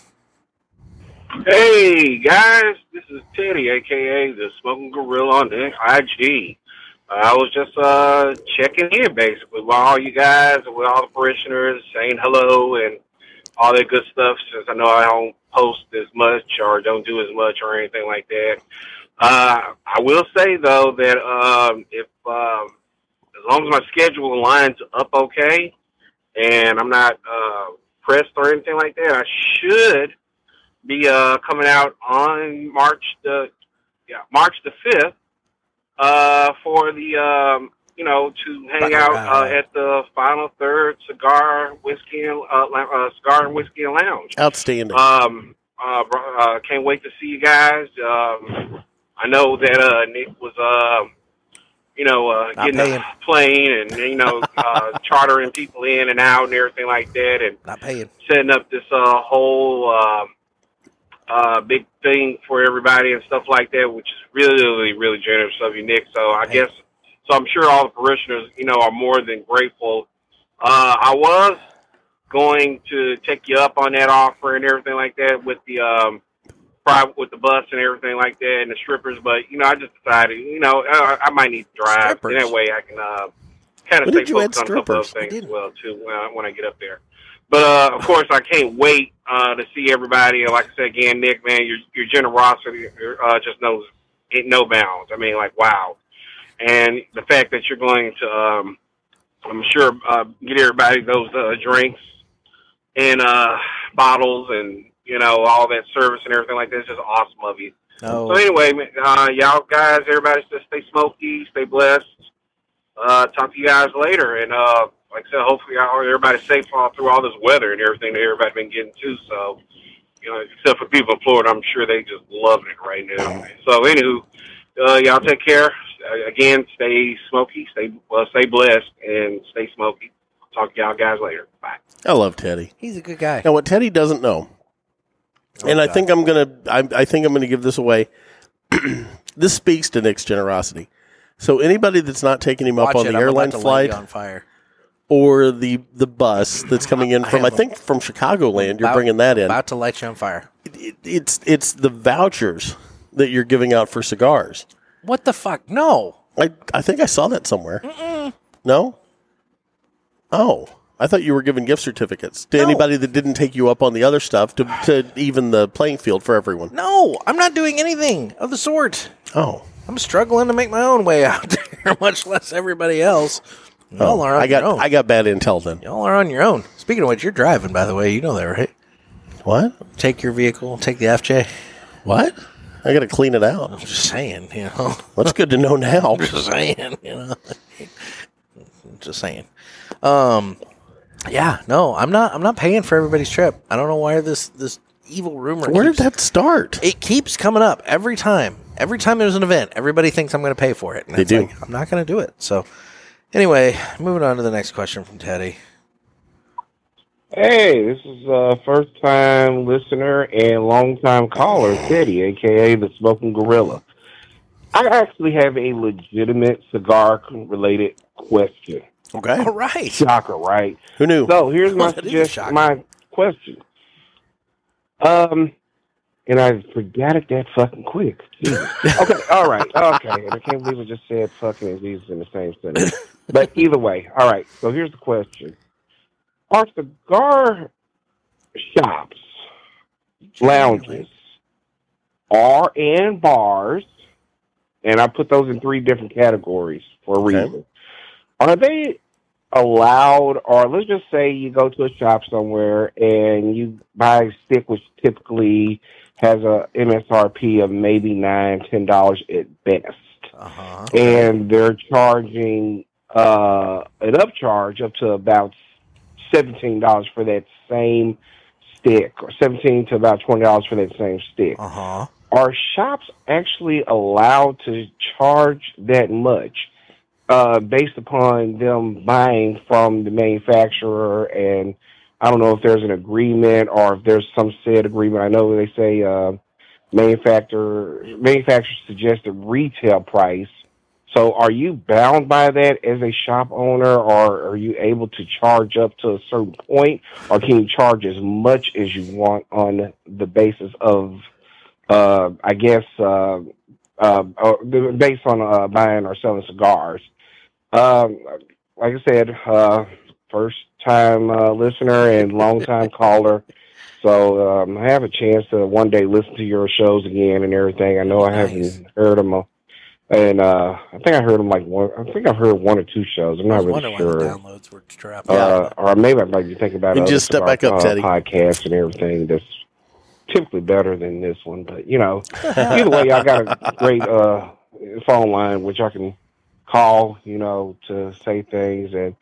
Hey guys, this is Teddy, aka the Smoking Gorilla on the IG. Uh, I was just uh, checking in basically with all you guys and with all the parishioners, saying hello and all that good stuff. Since I know I don't post as much or don't do as much or anything like that, uh, I will say though that um, if um, as long as my schedule lines up okay and I'm not uh, pressed or anything like that, I should be uh, coming out on March the yeah March the fifth uh, for the um, you know to hang out uh, at the final third cigar whiskey and uh, Lou- uh, cigar and whiskey and lounge.
Outstanding.
Um, uh, bro- uh, can't wait to see you guys. Um, I know that uh, Nick was, um you know, uh,
Not
getting
paying.
a plane and you know
[laughs]
uh, chartering people in and out and everything like that, and
Not paying.
setting up this uh, whole um uh, big thing for everybody and stuff like that, which is really, really generous of you, Nick. So I guess, so I'm sure all the parishioners, you know, are more than grateful. Uh, I was going to take you up on that offer and everything like that with the um, private with the bus and everything like that and the strippers, but you know, I just decided, you know, I, I might need to drive, and that
Strippers.
way I can uh, kind of
When
stay
did you add
focused on a couple of
strippers? I
things as
didn't.
well too when I, when I get up there. But uh, of course, I can't wait uh, to see everybody. And Like I said again, Nick, man, your your generosity uh, just knows it no bounds. I mean, like wow, and the fact that you're going to, um, I'm sure, uh, get everybody those uh, drinks and uh, bottles and you know all that service and everything like that is just awesome of you.
No.
So anyway, man, uh, y'all guys, everybody, just stay smoky, stay blessed. Uh, talk to you guys later, and uh, like I said, hopefully y'all, everybody's safe all through all this weather and everything that everybody's been getting to. So, you know, except for people in Florida, I'm sure they just loving it right now. So, anywho, uh, y'all take care. Uh, again, stay smoky, stay well, stay blessed, and stay smoky. Talk to y'all guys later. Bye.
I love Teddy.
He's a good guy.
Now, what Teddy doesn't know,
Oh,
and I think I'm gonna, I, I think I'm gonna give this away. [clears throat] this speaks to Nick's generosity. So anybody that's not taking him up
Watch
on
it,
the
I'm
airline
about to light
flight
you on fire.
or the the bus that's coming in from, I,
have a-
think, from Chicagoland, you're
About-
bringing that in.
About to light you on fire.
it, it's it's the vouchers that you're giving out for cigars.
What the fuck? No.
I I think I saw that somewhere. No. Oh, I thought you were giving gift certificates to anybody that didn't take you up on the other stuff to, to even the playing field for everyone.
No, I'm not doing anything of the sort.
Oh,
I'm struggling to make my own way [laughs] out there, much less everybody else. Y'all are on
Oh, I got
your own.
I got bad intel then.
Y'all are on your own. Speaking of which, you're driving, by the way. You know that, right?
What?
Take your vehicle, take the FJ.
What? I got to clean it out.
Just saying, you know.
That's good to
[laughs]
know now.
Just saying, you know. [laughs] Just saying. Um, yeah, no, I'm not. I'm not paying for everybody's trip. I don't know why this this evil rumor.
Where did
keeps-
that start?
It keeps coming up every time. Every time there's an event, everybody thinks I'm going to pay for it. And
They
it's
do.
like, I'm not going to do it. So, anyway, moving on to the next question from
[laughs]
Teddy.
Hey, this is uh, first time listener and long time caller, Teddy, aka the Smoking Gorilla. I actually have a legitimate cigar related question.
Okay.
All right.
Shocker, right?
Who knew? [laughs]
So here's my
That is
suggest-
shocking.
my question. Um, and I forgot it that fucking quick.
[laughs]
Jesus. okay, all right, okay. And I can't believe I just said fucking and Jesus in the same sentence. But either way, all right. So here's the question: Are cigar shops, lounges, are and bars, and I put those in three different categories for a
Okay.
reason. Are they allowed or let's just say you go to a shop somewhere and you buy a stick which typically has a MSRP of maybe nine, ten dollars at best.
Uh huh.
And they're charging uh an upcharge up to about seventeen dollars for that same stick or seventeen to about twenty dollars for that same stick
Uh huh.
are shops actually allowed to charge that much uh, based upon them buying from the manufacturer? And I don't know if there's an agreement or if there's some said agreement. I know they say uh, manufacturer manufacturer suggested retail price. So are you bound by that as a shop owner, or are you able to charge up to a certain point, or can you charge as much as you want on the basis of uh, I guess, uh, uh, uh, based on uh, buying or selling cigars. Um, like I said, uh, first time uh, listener and long time caller. So um, I have a chance to one day listen to your shows again and everything. I know I
Nice.
haven't heard them, uh, and uh, I think I heard them like one. I think I've heard one or two shows. I'm
I was
not really
wondering why the
sure.
downloads were dropping.
Uh, or maybe I might be thinking about
You
other
just step
cigar,
back up,
uh,
Teddy.
podcasts and everything that's typically better than this one. But
[laughs]
you know, either way, I got a great uh, phone line which I can call, you know, to say things and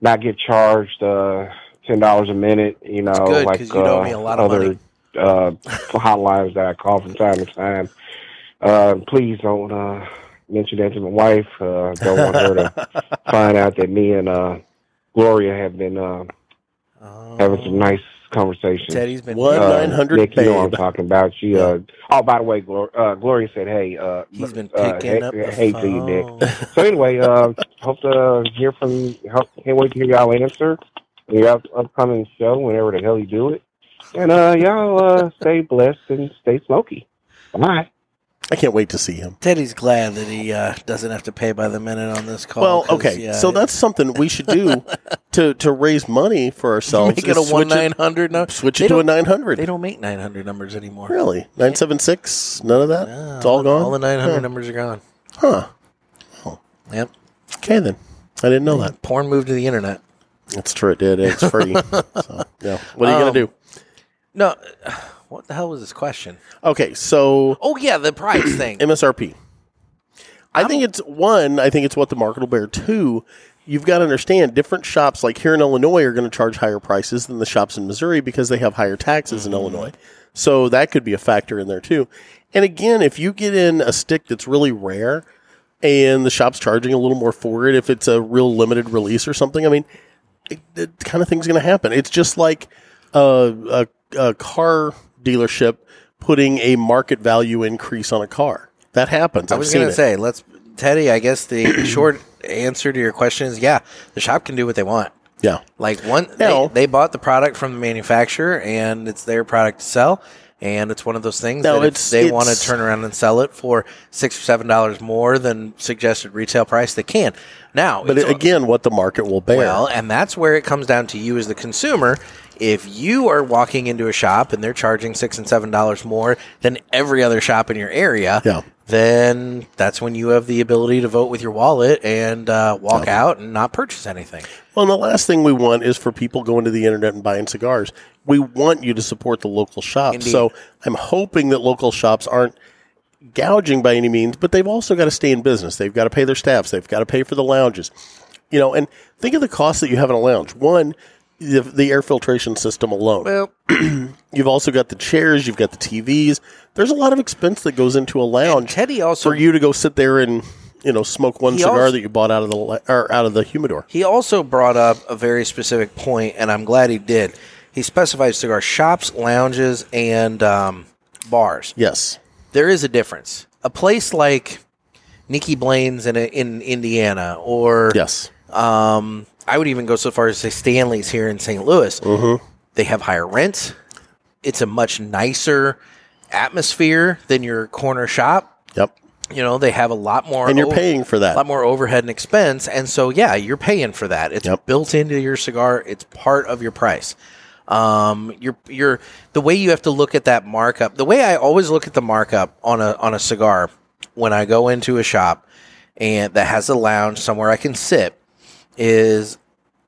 not get charged uh, ten dollars a minute. You know,
good,
like
'cause you owe
uh,
me a lot of
other
money.
uh, hotlines that I call from time to time. Uh, please don't uh, mention that to my wife. Uh, don't want
[laughs]
her to find out that me and uh, Gloria have been uh,
Oh.
having some nice conversations.
Teddy's been
One
Uh,
nine hundred
Nick, you know what I'm
babe.
talking about. She, uh, oh, by the way, Glor- uh, Gloria said, "Hey, uh,
He's been
uh,
picking
hey,
up the
hey to you, Nick."
phone.
So anyway, uh, hope to hear from. you. Hope, can't wait to hear y'all answer in your up- upcoming show, whenever the hell you do it. And uh, y'all uh, stay blessed and stay smoky. Bye.
I can't wait to see him.
Teddy's glad that he uh, doesn't have to pay by the minute on this call.
Well,
Oh, 'cause,
okay.
yeah,
so
it-
that's something we should do to to raise money for
[laughs]
ourselves.
make it a
is
one
switch
nine hundred number.
Switch
They
it to a
don't-
nine
They
hundred.
don't make nine hundred numbers anymore.
Really, nine seven six. None of that.
Yeah,
it's all gone.
All the nine hundred
Huh.
numbers are gone. Oh.
Huh.
Yep.
Okay then. I didn't know that.
Porn moved to the internet.
That's true. It did. It's
[laughs]
free. so, yeah. What are you
Um,
gonna do?
No, [sighs] what the hell was this question?
Okay. So
Oh yeah, the
[clears throat]
price thing.
MSRP. I think it's one. I think it's what the market will bear. Two, you've got to understand different shops like here in Illinois are going to charge higher prices than the shops in Missouri because they have higher taxes
Mm.
in Illinois. So that could be a factor in there too. And again, if you get in a stick that's really rare and the shop's charging a little more for it, if it's a real limited release or something, I mean, it, that kind of thing's going to happen. It's just like a, a, a car dealership putting a market value increase on a car. That happens.
I
I've
was
seen
gonna
it.
say, let's Teddy. I guess
[clears throat]
the short answer to your question is yeah. The shop can do what they want.
yeah.
Like one,
No.
they, they bought the product from the manufacturer, and it's their product to sell. and it's one of those things
No,
that if
it's-
they want to
it's-
turn around and sell it for six or seven dollars more than suggested retail price. They can now,
But
it's-
again, what the market will bear.
well, and that's where it comes down to you as the consumer. If you are walking into a shop and they're charging six and seven dollars more than every other shop in your area,
Yeah.
then that's when you have the ability to vote with your wallet and uh, walk out and not purchase anything.
Well, and the last thing we want is for people going to the internet and buying cigars. We want you to support the local shops.
Indeed.
So I'm hoping that local shops aren't gouging by any means, but they've also got to stay in business. They've got to pay their staffs. They've got to pay for the lounges. You know, and think of the cost that you have in a lounge. One, the, the air filtration system alone.
Well,
[clears throat] You've also got the chairs. You've got the TVs. There's a lot of expense that goes into a lounge
Teddy also
for you to go sit there and you know smoke one
He
cigar
also-
that you bought out of the la- or out of the humidor.
He also brought up a very specific point, and I'm glad he did. He specified cigar shops, lounges, and um, bars.
Yes.
There is a difference. A place like Nikki Blaine's in in Indiana, or
Yes.
um, I would even go so far as to say Stanley's here in St. Louis.
Mm-hmm.
They have higher rents. It's a much nicer atmosphere than your corner shop.
Yep.
You know, they have a lot more,
And you're
over-
paying for
a lot
that.
more overhead and expense. And so, yeah, you're paying for that. It's
Yep.
built into your cigar. It's part of your price. Um, you're, you're, the way you have to look at that markup, the way I always look at the markup on a, on a cigar when I go into a shop and that has a lounge somewhere I can sit is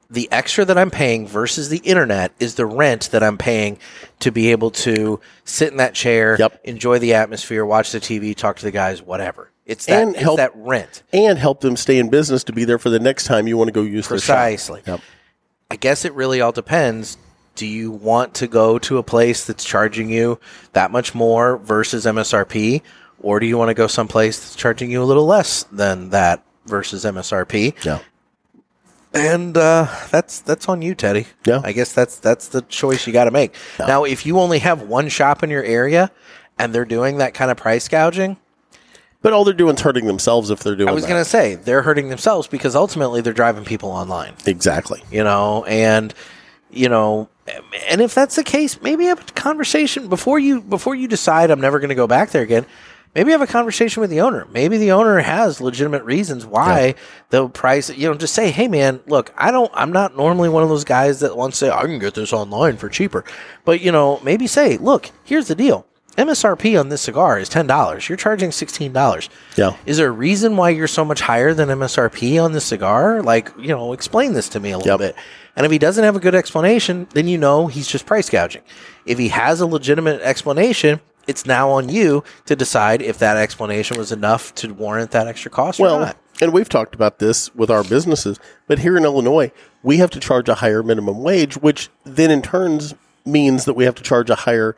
the extra that I'm paying versus the internet is the rent that I'm paying to be able to sit in that chair,
Yep.
enjoy the atmosphere, watch the TV, talk to the guys, whatever. It's that,
And
it's
help-
that rent.
And help them stay in business to be there for the next time you want to go use their shop.
Precisely.
Yep.
I guess it really all depends. Do you want to go to a place that's charging you that much more versus MSRP, or do you want to go someplace that's charging you a little less than that versus MSRP?
Yeah.
And uh, that's that's on you, Teddy.
Yeah.
I guess that's that's the choice you got to make. Now, if you only have one shop in your area and they're doing that kind of price gouging,
But all they're doing is hurting themselves if they're doing
I was
that.
going to say they're hurting themselves because ultimately they're driving people online.
Exactly.
you know and you know and if that's the case maybe have a conversation before you before you decide i'm never going to go back there again maybe have a conversation with the owner maybe the owner has legitimate reasons why the price you know just say hey man look i don't i'm not normally one of those guys that wants to say i can get this online for cheaper but you know maybe say look here's the deal MSRP on this cigar is ten dollars. You're charging sixteen dollars.
Yeah.
Is there a reason why you're so much higher than MSRP on this cigar? Like, you know, explain this to me a little
Yep.
bit. And if he doesn't have a good explanation, then you know he's just price gouging. If he has a legitimate explanation, it's now on you to decide if that explanation was enough to warrant that extra cost or
Well,
not.
and we've talked about this with our businesses, but here in Illinois, we have to charge a higher minimum wage, which then in turns means that we have to charge a higher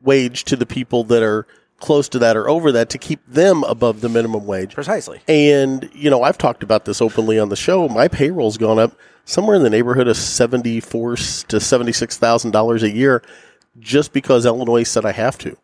wage to the people that are close to that or over that to keep them above the minimum wage.
Precisely.
And, you know, I've talked about this openly on the show. My payroll's gone up somewhere in the neighborhood of seventy four to $76,000 a year just because Illinois said I have to.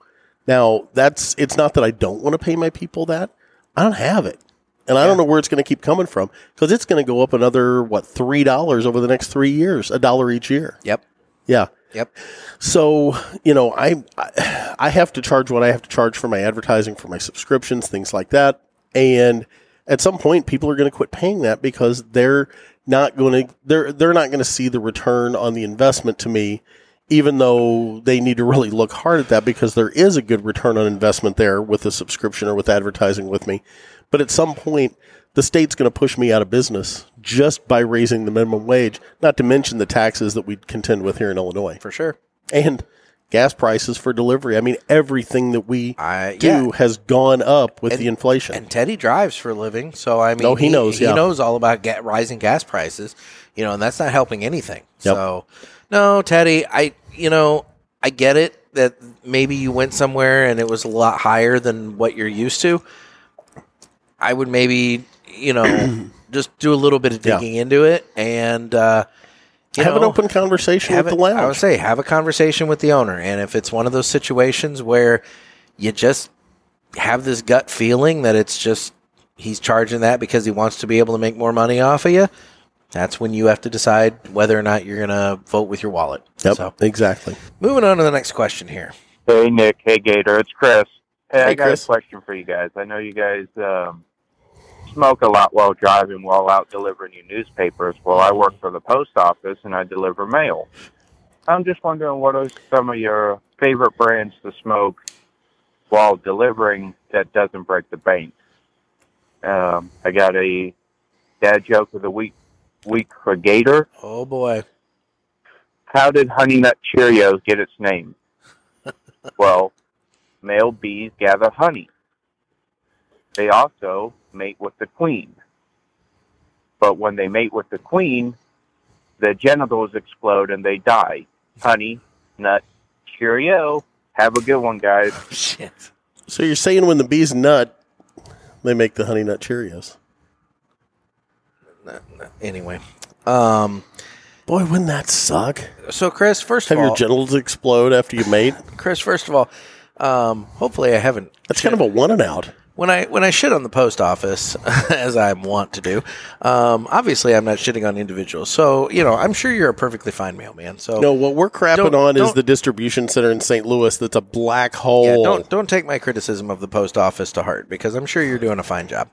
Now, that's it's not that I don't want to pay my people that. I don't have it. And I don't know where it's going to keep coming from because it's going to go up another, what, $3 over the next three years, a dollar each year.
Yep.
Yeah.
Yep.
So you know, I I I have to charge what I have to charge for my advertising, for my subscriptions, things like that. And at some point, people are going to quit paying that because they're not going to they're they're not going to see the return on the investment to me. Even though they need to really look hard at that because there is a good return on investment there with a subscription or with advertising with me. But at some point, the state's going to push me out of business just by raising the minimum wage, not to mention the taxes that we contend with here in Illinois
For sure.
and gas prices for delivery. I mean, everything that we
I-
do
yeah.
has gone up with the inflation.
And Teddy drives for a living, so I mean,
No, he knows,
He
yeah.
knows all about ga- rising gas prices, you know, and that's not helping anything.
Yep.
So, no, Teddy, I, you know, I get it that maybe you went somewhere and it was a lot higher than what you're used to. I would maybe, you know, [clears throat] just do a little bit of
Yeah.
digging into it and uh, you
have an
know,
open conversation with
have
the
it- I would
lounge.
say have a conversation with the owner, and if it's one of those situations where you just have this gut feeling that it's just he's charging that because he wants to be able to make more money off of you, that's when you have to decide whether or not you're going to vote with your wallet.
Yep,
So,
exactly.
moving on to the next question here.
Hey, Nick. Hey, Gator. It's Chris. Hey,
Hey,
I got
Chris.
a question for you guys. I know you guys um, smoke a lot while driving, while out delivering your newspapers. Well, I work for the post office and I deliver mail. I'm just wondering what are some of your favorite brands to smoke while delivering that doesn't break the bank? Um, I got a dad joke of the week week for Gator.
Oh boy. [laughs]
How did Honey Nut Cheerios get its name? well, male bees gather honey. They also mate with the queen. But when they mate with the queen, their genitals explode and they die. Honey, nut, cheerio. Have a good one, guys.
Shit.
So you're saying when the bees nut, they make the honey nut Cheerios.
Anyway. Um
Boy, wouldn't that suck?
so Chris, first
Have
of
your
all
genitals explode after you mate?
Chris, first of all, um hopefully I haven't
That's kind of a one and out.
when I when I shit on the post office, [laughs] as I am wont to do, um, obviously I'm not shitting on individuals. So you know, I'm sure you're a perfectly fine mailman. So
No, what we're crapping
Don't-
on is
don't-
the distribution center in St. Louis that's a black hole.
Yeah, don't don't take my criticism of the post office to heart because I'm sure you're doing a fine job.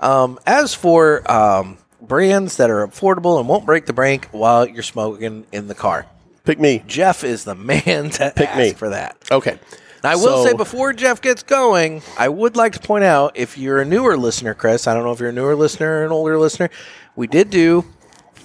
Um, as for um, brands that are affordable and won't break the bank while you're smoking in the car,
Pick me.
Jeff is the man [laughs] to
Pick
ask
me.
for that.
Okay.
And I will
So-
say before Jeff gets going, I would like to point out if you're a newer listener, Chris, I don't know if you're a newer listener or an older listener, we did do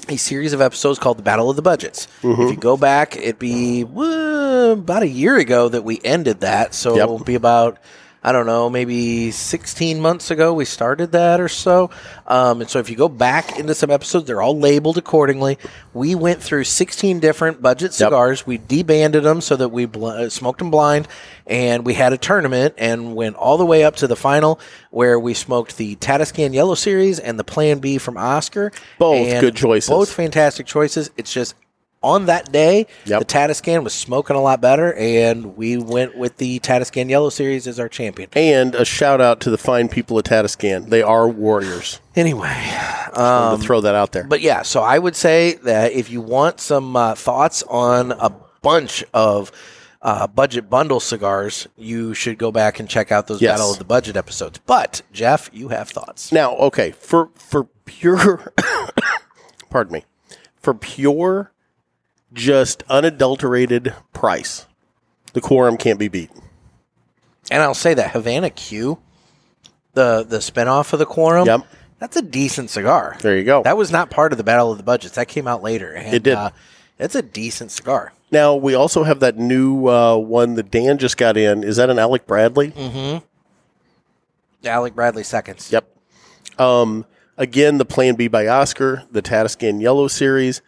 a series of episodes called The Battle of the Budgets. If you go back, it'd be woo, about a year ago that we ended that. So
Yep.
it'll be about, I don't know, maybe 16 months ago we started that or so. Um, and so if you go back into some episodes, they're all labeled accordingly. We went through 16 different budget cigars. We debanded them so that we bl- uh, smoked them blind. And we had a tournament and went all the way up to the final where we smoked the Tatiscan Yellow Series and the Plan B from Oscar.
Both
And
good choices.
Both fantastic choices. It's just on that day,
Yep.
the Tatiscan was smoking a lot better, and we went with the Tatiscan Yellow Series as our champion.
And a shout out to the fine people at Tatiscan. They are warriors.
Anyway, um,
I'm to throw that out there.
but yeah, so I would say that if you want some uh, thoughts on a bunch of uh, budget bundle cigars, you should go back and check out those
Yes.
Battle of the Budget episodes. But Jeff, you have thoughts.
Now, okay, for for pure, [coughs] pardon me, for pure, just unadulterated price, the quorum can't be beat.
And I'll say that Havana Q, the the spinoff of the Quorum,
Yep.
that's a decent cigar.
There you go.
That was not part of the Battle of the Budgets. That came out later. And,
It did.
that's a decent cigar.
now we also have that new uh, one that Dan just got in. Is that an Alec Bradley?
Alec Bradley seconds.
Yep. Um, again, the Plan B by Oscar, the Tatiscan Yellow series.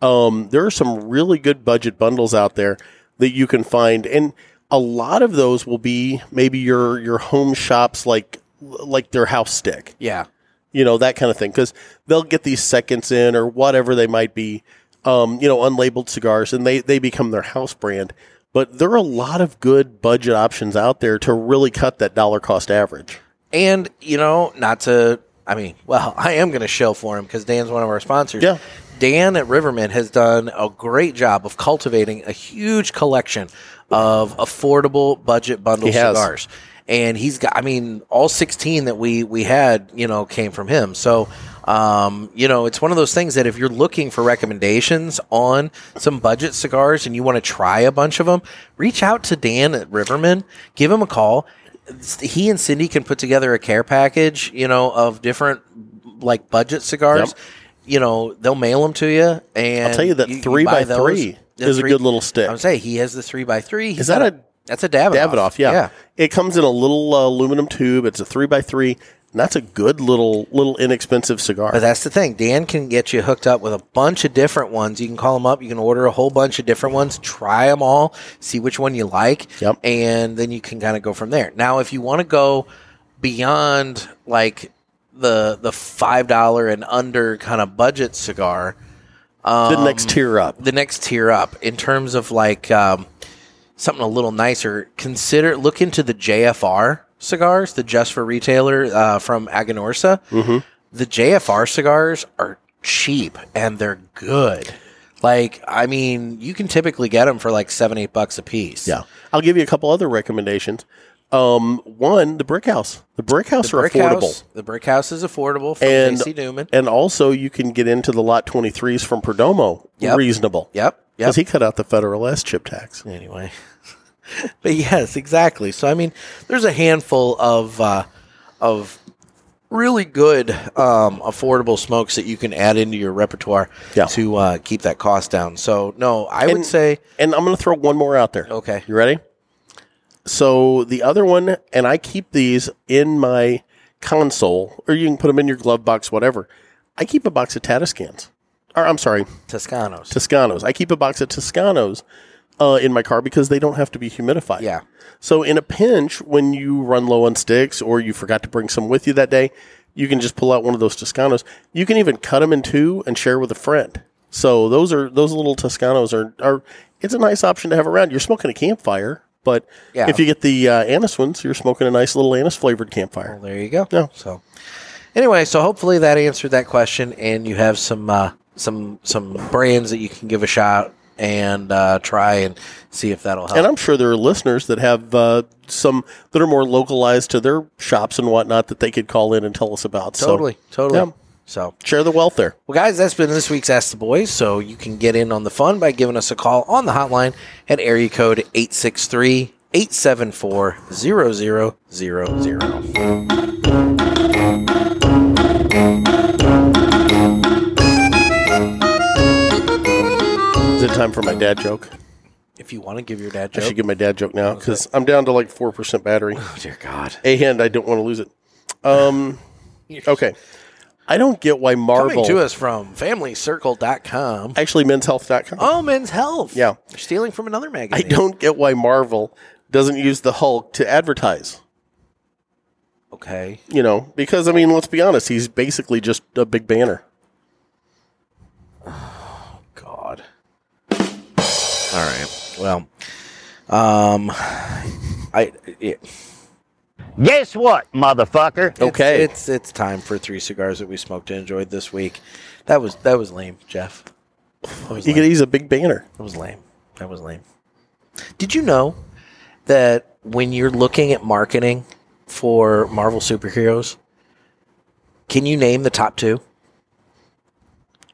Um, there are some really good budget bundles out there that you can find, and a lot of those will be maybe your your home shops, like like their house stick,
Yeah.
you know that kind of thing, because they'll get these seconds in or whatever they might be, um, you know, unlabeled cigars, and they they become their house brand. But there are a lot of good budget options out there to really cut that dollar cost average.
And, you know, not to, I mean, [laughs] well, I am going to show for him because Dan's one of our sponsors.
Yeah.
Dan at Riverman has done a great job of cultivating a huge collection of affordable budget bundle
He has.
cigars. And he's got, I mean, all 16 that we, we had, you know, came from him. So, um, you know, it's one of those things that if you're looking for recommendations on some budget cigars and you want to try a bunch of them, reach out to Dan at Riverman, give him a call. He and Cindy can put together a care package, you know, of different like budget cigars.
Yep.
You know, they'll mail them to you. And
tell you that three by
buy
three
The
is a good little stick.
I would say he has the three by three. He's
that
got
a-
that's a Davidoff?
Davidoff, yeah. It comes in a little uh, aluminum tube. It's a three by three, and that's a good little little inexpensive cigar.
But that's the thing. Dan can get you hooked up with a bunch of different ones. You can call him up. You can order a whole bunch of different ones. Try them all. See which one you like.
Yep.
And then you can kind of go from there. Now, if you want to go beyond like the the five dollar and under kind of budget cigar,
the
um,
next tier up.
the next tier up in terms of like um, something a little nicer. Consider look into the JFR cigars, the just for retailer uh, from
Mm-hmm.
Aganorsa. The JFR cigars are cheap and they're good. Like, I mean, you can typically get them for like seven, eight bucks a piece.
Yeah. I'll give you a couple other recommendations. Um, one, the brick house. The brick house
The
are
brick
affordable.
house, the brick house is affordable from
And-
Casey Newman.
And also, you can get into the lot 23s from Perdomo
Yep.
reasonable.
Yep. Yep.
Because he cut out the federal S chip tax.
anyway. [laughs] but yes, exactly. So I mean, there's a handful of uh, of really good um, affordable smokes that you can add into your repertoire
Yeah.
to uh, keep that cost down. So no, I would
And-
say
And I'm going to throw one more out there.
okay.
You ready? So the other one, and I keep these in my console, or you can put them in your glove box, whatever. I keep a box of Tatiscans. Or I'm sorry,
Toscanos.
Toscanos. I keep a box of Toscanos uh, in my car because they don't have to be humidified.
yeah.
So in a pinch, when you run low on sticks or you forgot to bring some with you that day, you can just pull out one of those Toscanos. You can even cut them in two and share with a friend. So those are those little Toscanos are are it's a nice option to have around. You're smoking a campfire, but
Yeah.
if you get the uh, anise ones, you're smoking a nice little anise flavored campfire.
Well, there you go.
Yeah.
So anyway, so hopefully that answered that question, and you have some uh, some some brands that you can give a shot and uh, try and see if that'll help.
And I'm sure there are listeners that have uh, some that are more localized to their shops and whatnot that they could call in and tell us about.
totally, totally.
Yeah.
So
So share the wealth there.
Well, guys, that's been this week's Ask the Boys. So you can get in on the fun by giving us a call on the hotline at area code 863 874 0000.
Is it time for my dad joke?
If you want to give your dad
I
joke.
should give my dad joke now because I'm down to like four percent
[sighs]
battery,
oh, dear God.
and I don't want to lose it. Um, okay, I don't get why
Coming
Marvel
to us from familycircle.com.
actually menshealth.com.
Oh, men's health.
Yeah.
They're stealing from another
I
magazine.
don't get why Marvel doesn't use the Hulk to advertise.
Okay.
You know, because I mean, let's be honest, he's basically just a big banner.
God. All right. Well, um, I. It,
Guess what, motherfucker?
It's-
Okay.
it's, it's time for three cigars that we smoked and enjoyed this week. That was that was lame, Jeff. That was
You
lame.
get he's a big banner.
That was lame. That was lame. Did you know that when you're looking at marketing for Marvel superheroes, can you name the top two?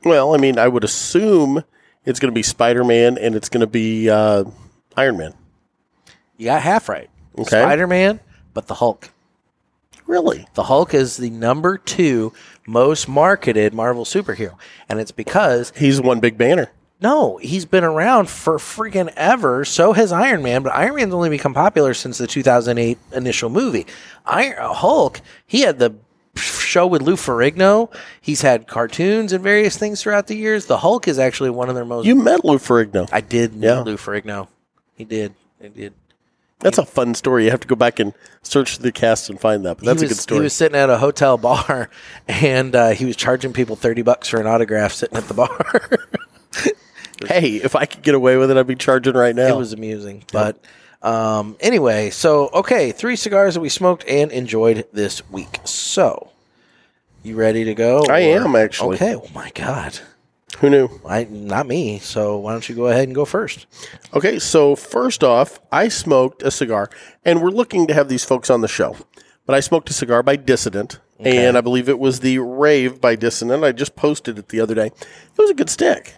Well, I mean, I would assume it's going to be Spider Man and it's going to be uh, Iron Man.
You got half right.
Okay.
Spider Man, but the Hulk.
Really?
The Hulk is the number two most marketed Marvel superhero, and it's because
He's one big banner.
No, he's been around for freaking ever. So has Iron Man, but Iron Man's only become popular since the 2008 initial movie. Iron Hulk, he had the show with Lou Ferrigno. He's had cartoons and various things throughout the years. The Hulk is actually one of their most.
You met Lou Ferrigno.
I did know
Yeah.
Lou Ferrigno. He did. He did.
That's a fun story. You have to go back and search the cast and find that. But that's
he
a
was,
good story.
He was sitting at a hotel bar, [laughs] and uh, he was charging people thirty bucks for an autograph sitting at the bar. [laughs]
hey, if I could get away with it, I'd be charging right now.
It was amusing. But um, anyway, so okay, three cigars that we smoked and enjoyed this week. So, you ready to go?
I am, actually.
Okay. Oh my god,
Who knew?
I not me. So why don't you go ahead and go first?
Okay, so first off, I smoked a cigar, and we're looking to have these folks on the show. But I smoked a cigar by Dissident, and I believe it was the Rave by Dissident. I just posted it the other day. It was a good stick.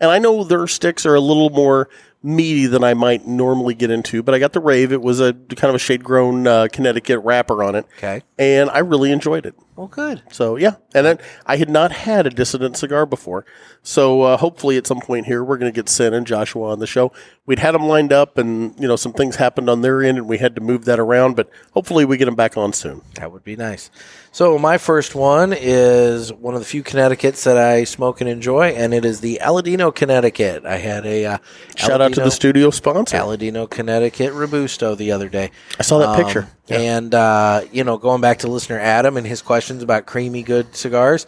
And I know their sticks are a little more meaty than I might normally get into, but I got the Rave. It was a kind of a shade grown uh, Connecticut wrapper on it.
Okay.
And I really enjoyed it.
Well, good.
So yeah, and then I had not had a dissident cigar before. So uh, hopefully, at some point here, we're going to get Sin and Joshua on the show. We'd had them lined up, and you know some things happened on their end, and we had to move that around. But hopefully, we get them back on soon.
That would be nice. So my first one is one of the few Connecticut's that I smoke and enjoy, and it is the Aladino Connecticut. I had a uh,
Shout out to the
Aladino-
studio sponsor.
Aladino, Connecticut Robusto the other day.
I saw Oh, that
Um,
picture. Yeah.
And, uh, you know, going back to listener Adam and his questions about creamy good cigars,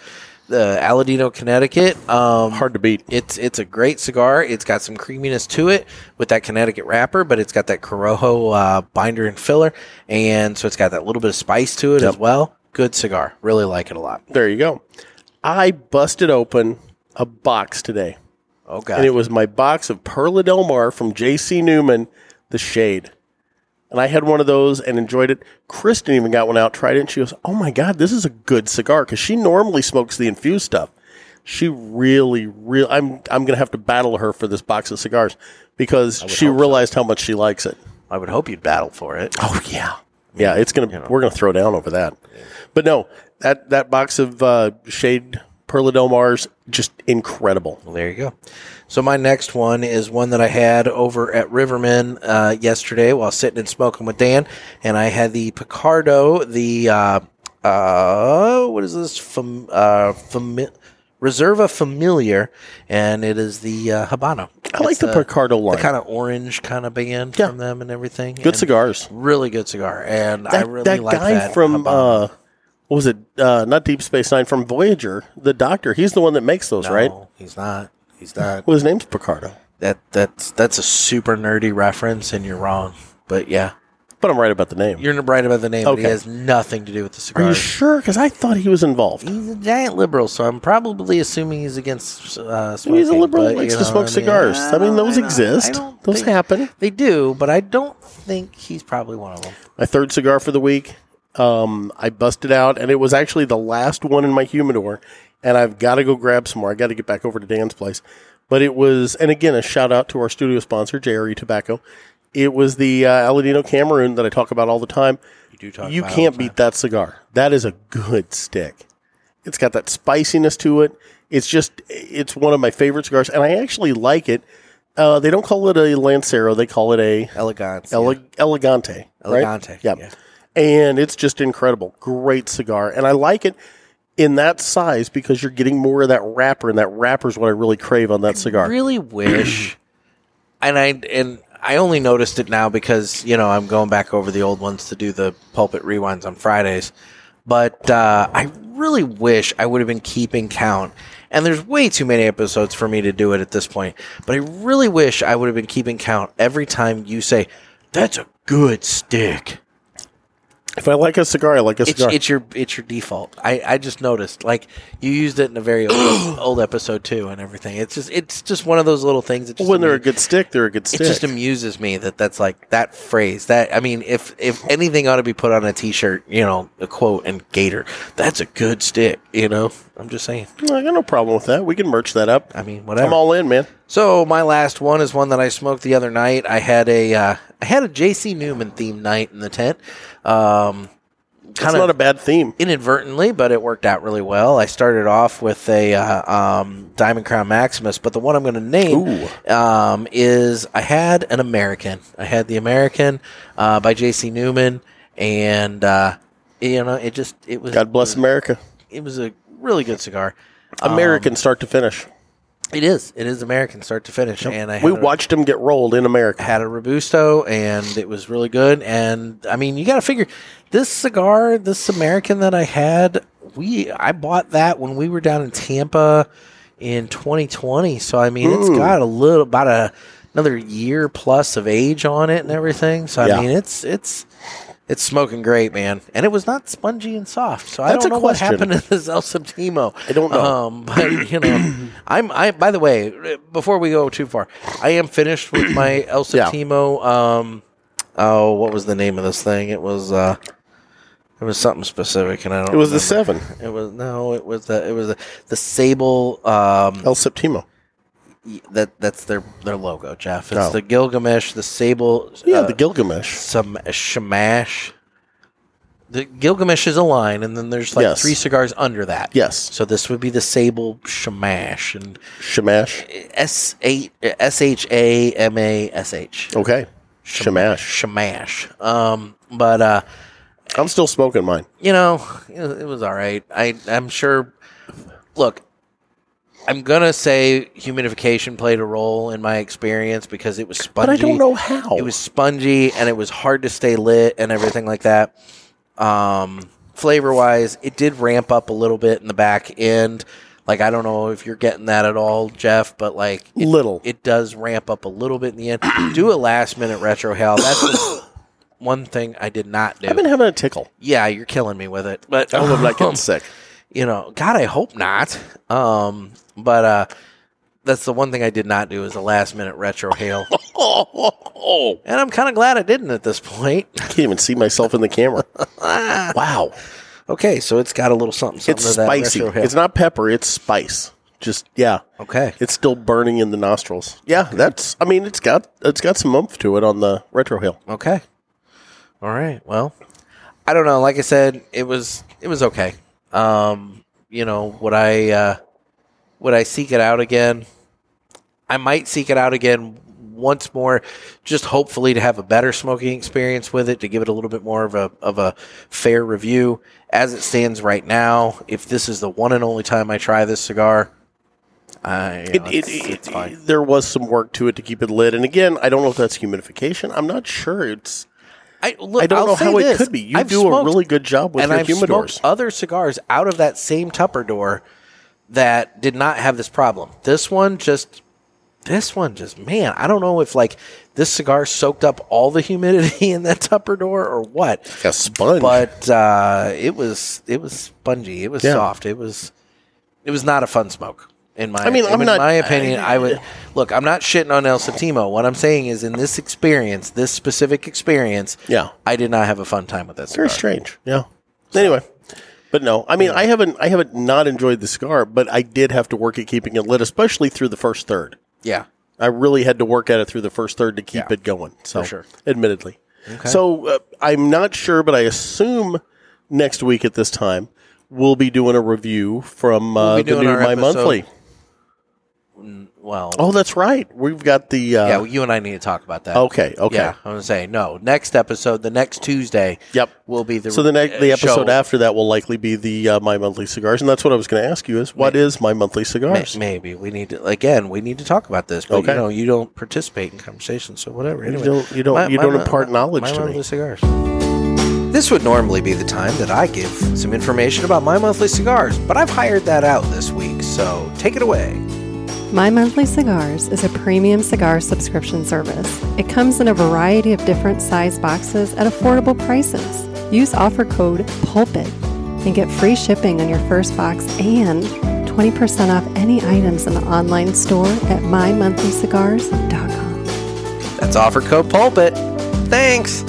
the Aladino, Connecticut. Um,
Hard to beat.
It's it's a great cigar. It's got some creaminess to it with that Connecticut wrapper, but it's got that Corojo uh, binder and filler. And so it's got that little bit of spice to it as well. Good cigar. Really like it a lot.
There you go. I busted open a box today
Oh
and
god.
it was my box of Perla Del Mar from J.C. Newman, The Shade. And I had one of those and enjoyed it. Kristen even got one out, tried it, and she goes, "Oh my god, this is a good cigar." Because she normally smokes the infused stuff. She really, really, I'm I'm gonna have to battle her for this box of cigars because she realized how much she likes it.
I would hope you'd battle for it.
Oh yeah, yeah. It's gonna we're gonna throw down over that. But no, that that box of uh, shade Perla Del Mar's just incredible.
Well, there you go. So my next one is one that I had over at Riverman uh, yesterday while sitting and smoking with Dan, and I had the Picardo, the uh, uh, what is this? Fam- uh, fami- Reserva Familiar, and it is the uh, Habano.
I like the, Picardo line.
the kind of orange kind of band
Yeah.
from them and everything.
Good
and
cigars.
really good cigar, and I
That,
really
that
like
guy
that
from
Habano.
uh, what was it? Uh, not Deep Space Nine from Voyager. The Doctor. He's the one that makes those, right?
No, He's not. He's not.
Well, his name's Picardo,
That that's that's a super nerdy reference, and you're wrong. But yeah.
but I'm right about the name.
You're right about the name, but it
Okay.
has nothing to do with the
Are you
cigars.
sure? Because I thought he was involved.
he's a giant liberal, so I'm probably assuming he's against uh, smoking.
He's a liberal.
but,
who
you
likes
know,
to smoke cigars. I mean,
don't-
those
don't- I
exist.
don't
Those
think-
happen.
They do, but I don't think he's probably one of them.
My third cigar for the week, um, I busted out, and it was actually the last one in my humidor. And I've got to go grab some more. I got to get back over to Dan's place. But it was, and again, a shout out to our studio sponsor, JRE Tobacco. It was the uh, Aladino Cameroon that I talk about all the time.
You do talk.
you
about
can't
it all the
beat that cigar. That is a good stick. It's got that spiciness to it. It's just, it's one of my favorite cigars, and I actually like it. Uh, they don't call it a Lancero; they call it a
time. elegance.
Ele- Elegante. right?
Elegante, yeah.
And it's just incredible. Great cigar. And I like it in that size because you're getting more of that wrapper, and that wrapper is what I really crave on that
I
cigar.
really wish, and I and I only noticed it now because you know I'm going back over the old ones to do the pulpit rewinds on Fridays, but uh, I really wish I would have been keeping count. And there's way too many episodes for me to do it at this point. But I really wish I would have been keeping count every time you say, "That's a good stick."
If I like a cigar, I like a
It's,
cigar.
it's your it's your default. I, I just noticed like you used it in a very old, old episode too and everything. It's just it's just one of those little things. That just
when they're a
amuse-
good stick, they're a good stick.
it just amuses me that that's like that phrase that i mean if if anything ought to be put on a t-shirt you know a quote and gator that's a good stick you know i'm just saying
I got no problem with that. We can merch that up.
i mean whatever
I'm all in, man.
so my last one is one that I smoked the other night. I had a uh, I had a J.C. Newman themed night in the tent. Um,
That's not a bad theme.
inadvertently, but it worked out really well. I started off with a uh, um, Diamond Crown Maximus, but the one I'm going to name um, is I had an American. I had the American uh, by J.C. Newman, and uh, you know, it just it was
God bless America.
It was a really good cigar.
American start to finish.
It is. It is American, start to finish. And I had
We
a-
watched him get rolled in America.
had a robusto and it was really good and i mean you got to figure this cigar this american that i had we i bought that when we were down in tampa in 2020 so i mean it's got a little about a another year plus of age on it and everything so i
Yeah.
mean it's it's it's smoking great, man, and it was not spongy and soft. So I
That's
don't
a
know what
question.
happened to this El Septimo.
I don't know.
Um, [coughs] but you know, I'm. I by the way, before we go too far, I am finished with
[coughs]
my El
Yeah.
Septimo. Um, oh, what was the name of this thing? It was. Uh, it was something specific, and I don't.
It was the
remember.
seven,
It was no. It was the. It was the, the sable. Um,
El Septimo.
y- that that's their their logo, Jeff. It's
Oh.
the Gilgamesh, the sable.
Yeah,
uh,
the Gilgamesh.
some shamash. The Gilgamesh is a line, and then there's like
Yes.
three cigars under that.
Yes,
So this would be the sable shamash and
Shamash.
S A S H A M A S H
Okay, Shamash.
shamash. Um, but uh,
I'm still smoking mine.
you know, it it was all right. I I'm sure. Look, I'm gonna say humidification played a role in my experience because it was spongy.
But I don't know how.
It was spongy and it was hard to stay lit and everything like that. Um, flavor wise, it did ramp up a little bit in the back end. Like I don't know if you're getting that at all, Jeff, but like it,
little.
it does ramp up a little bit in the end. [clears throat] do a last minute retro hell. That's
[coughs]
the one thing I did not do.
I've been having a tickle.
yeah, you're killing me with it. But
I [laughs] don't know if I'm
um,
getting sick.
you know, God, I hope not. Um, but uh, that's the one thing I did not do is a last minute retro
[laughs]
hail.
Oh.
and I'm kind of glad I didn't at this point.
I can't even see myself in the [laughs] camera. wow.
Okay, so it's got a little something. something
It's
to that
spicy.
retro hail.
It's not pepper, it's spice. Just yeah.
okay.
It's still burning in the nostrils. Yeah, that's I mean it's got it's got some oomph to it on the retro hill.
Okay. All right. Well, I don't know. Like I said, it was it was okay. Um, you know, would I uh, would I seek it out again? I might seek it out again once more, just hopefully to have a better smoking experience with it, to give it a little bit more of a of a fair review. As it stands right now, if this is the one and only time I try this cigar, I you know,
it,
it's,
it,
it's
it-
fine.
there was some work to it to keep it lit. And again, I don't know if that's humidification. I'm not sure. It's
I, look,
I don't
I'll
know
say
how
this.
it could be. You
I've
do a
smoked-
really good job with
and
your
I've
humidors.
smoked other cigars out of that same Tupperware that did not have this problem. This one just, this one just, man, I don't know if like this cigar soaked up all the humidity [laughs] in that Tupperware or what,
Like a sponge.
but uh, it was it was spongy, it was
Yeah.
soft, it was it was not a fun smoke. In my,
I mean, I'm
in
not-
my opinion, I, would look. I'm not shitting on El Satimo. What I'm saying is, in this experience, this specific experience,
Yeah.
I did not have a fun time with that.
very
cigar.
strange. Yeah. Anyway, but no, I mean, I haven't, I haven't not enjoyed the cigar, but I did have to work at keeping it lit, especially through the first third.
Yeah,
I really had to work at it through the first third to keep it going. So,
For sure.
admittedly, so uh, I'm not sure, but I assume next week at this time we'll be doing a review from uh,
be
the
doing
new
our
My
episode.
Monthly.
Well,
Oh, that's right. We've got the uh,
yeah, well, you and I need to talk about that.
okay, okay.
Yeah, I'm gonna say no. Next episode, the next Tuesday.
Yep.
Will be the
So the next the
uh,
episode
show.
after that will likely be the uh, My Monthly Cigars, and that's what I was going to ask you: is what is My Monthly
May-
Cigars?
Maybe we need to again. We need to talk about this. But
Okay.
you know, you don't participate in conversations, so whatever. Anyway,
don't- you don't- you don't impart knowledge
my
to
mom
me.
blew cigars. This would normally be the time that I give some information about my monthly cigars, but I've hired that out this week. So take it away.
My Monthly Cigars is a premium cigar subscription service. It comes in a variety of different size boxes at affordable prices. Use offer code PULPIT and get free shipping on your first box and 20% off any items in the online store at mymonthlycigars.com.
That's offer code pulpit. Thanks.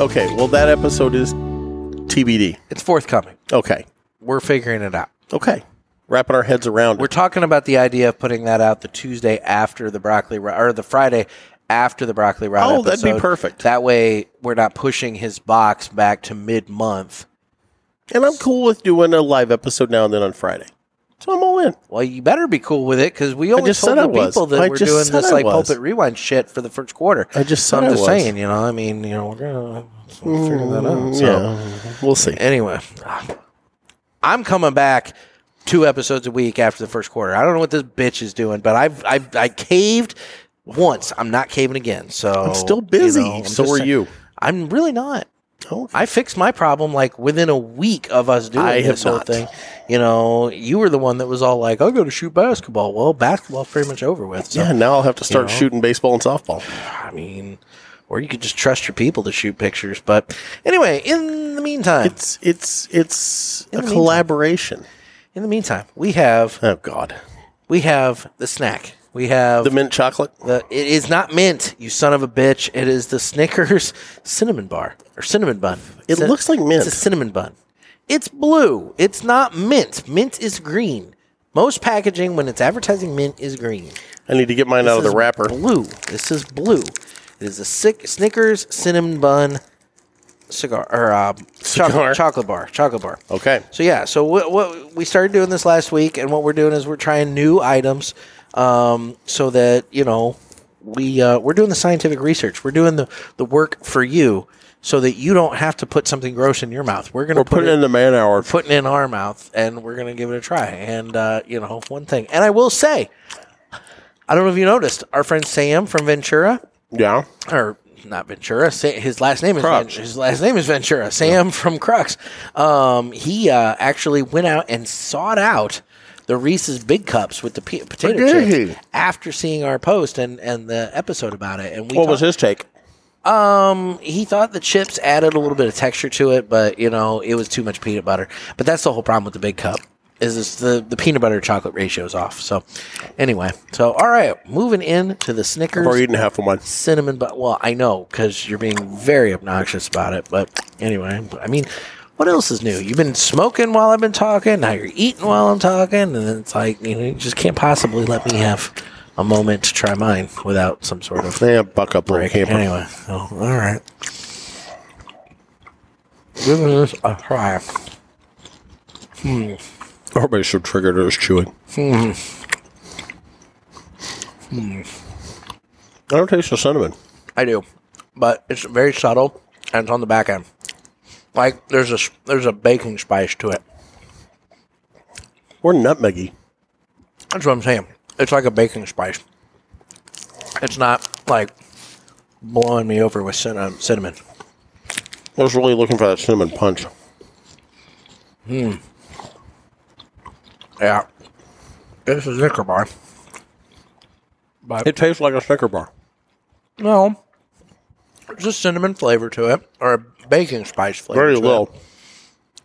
Okay, well that episode is TBD.
It's forthcoming.
Okay,
We're figuring it out.
okay, wrapping our heads around
We're
it.
talking about the idea of putting that out the Tuesday after the broccoli ro- or the Friday after the broccoli rod.
Oh, that'd be
episode.
perfect.
That way, we're not pushing his box back to mid-month.
and I'm cool with doing a live episode now and then on Friday, so I'm all in.
Well, you better be cool with it because we only
just
told
said I
the
was.
people that
I
we're
just
doing
said
this
I
like
was.
pulpit rewind shit for the first quarter.
I just
so I'm
said I
just
was.
saying, you know, I mean, you know, we're gonna we'll figure that out. So
Mm, Yeah, we'll see.
anyway, I'm coming back two episodes a week after the first quarter. I don't know what this bitch is doing, but I've I've I caved once. I'm not caving again. So
I'm still busy.
you know, I'm
so
just
are
saying-
you?
I'm really not.
Oh,
I fixed my problem like within a week of us doing
I have
this whole
not.
thing. You know, you were the one that was all like, "I'll go to shoot basketball." Well, basketball's pretty much over with. So,
yeah, now I'll have to start
know.
shooting baseball and softball.
I mean, or you could just trust your people to shoot pictures. But anyway, in the meantime,
It's it's it's
In
a
the meantime.
collaboration.
in the meantime, we have
Oh God,
we have the snack. We have
the mint chocolate.
The, it is not mint, you son of a bitch. It is the Snickers [laughs] cinnamon bar or cinnamon bun.
It
Cin-
looks like mint.
It's a cinnamon bun. It's blue. It's not mint. Mint is green. Most packaging when it's advertising mint is green.
I need to get mine out of
This
the
is
wrapper.
Blue. This is blue. It is a sick Snickers cinnamon bun cigar or uh,
Cigar.
Chocolate, chocolate bar. Chocolate bar.
Okay.
So yeah, so what, what we started doing this last week, and what we're doing is we're trying new items, um, so that you know we uh, we're doing the scientific research, we're doing the the work for you, so that you don't have to put something gross in your mouth. We're gonna
We're
put
putting
it-
in the man hour.
putting in our mouth, and we're gonna give it a try. And uh, you know, one thing, and I will say, I don't know if you noticed, our friend Sam from Ventura,
Yeah.
or not Ventura. Sa- His last name is Ven-
Crux.
his last name is Ventura. Sam from Crux. Um, he uh, actually went out and sought out the Reese's Big Cups with the p- potato
Did
chips
he?
after seeing our post and, and the episode about it. And we
What was
talked-
his take?
um, he thought the chips added a little bit of texture to it, but you know it was too much peanut butter. But that's the whole problem with the Big Cup. is this the, the peanut butter chocolate ratio is off. So anyway, so all right, moving in to the Snickers
I've already eaten half of mine.
cinnamon but well i know because you're being very obnoxious about it but anyway i mean what else is new you've been smoking while i've been talking now you're eating while i'm talking and then it's like you know you just can't possibly let me have a moment to try mine without some sort of
Yeah, buck up, little
break
camper.
anyway so, all right giving this a try
Everybody's so triggered or is chewing. I don't taste the cinnamon.
i do but it's very subtle and it's on the back end like there's a s- there's a baking spice to it
Or nutmeggy.
That's what I'm saying. It's like a baking spice. It's not like blowing me over with cin- um, cinnamon.
I was really looking for that cinnamon punch.
Yeah. It's a Snicker bar. But
It tastes like a Snicker bar.
no. There's a cinnamon flavor to it or a baking spice flavor.
Very
to it.
low.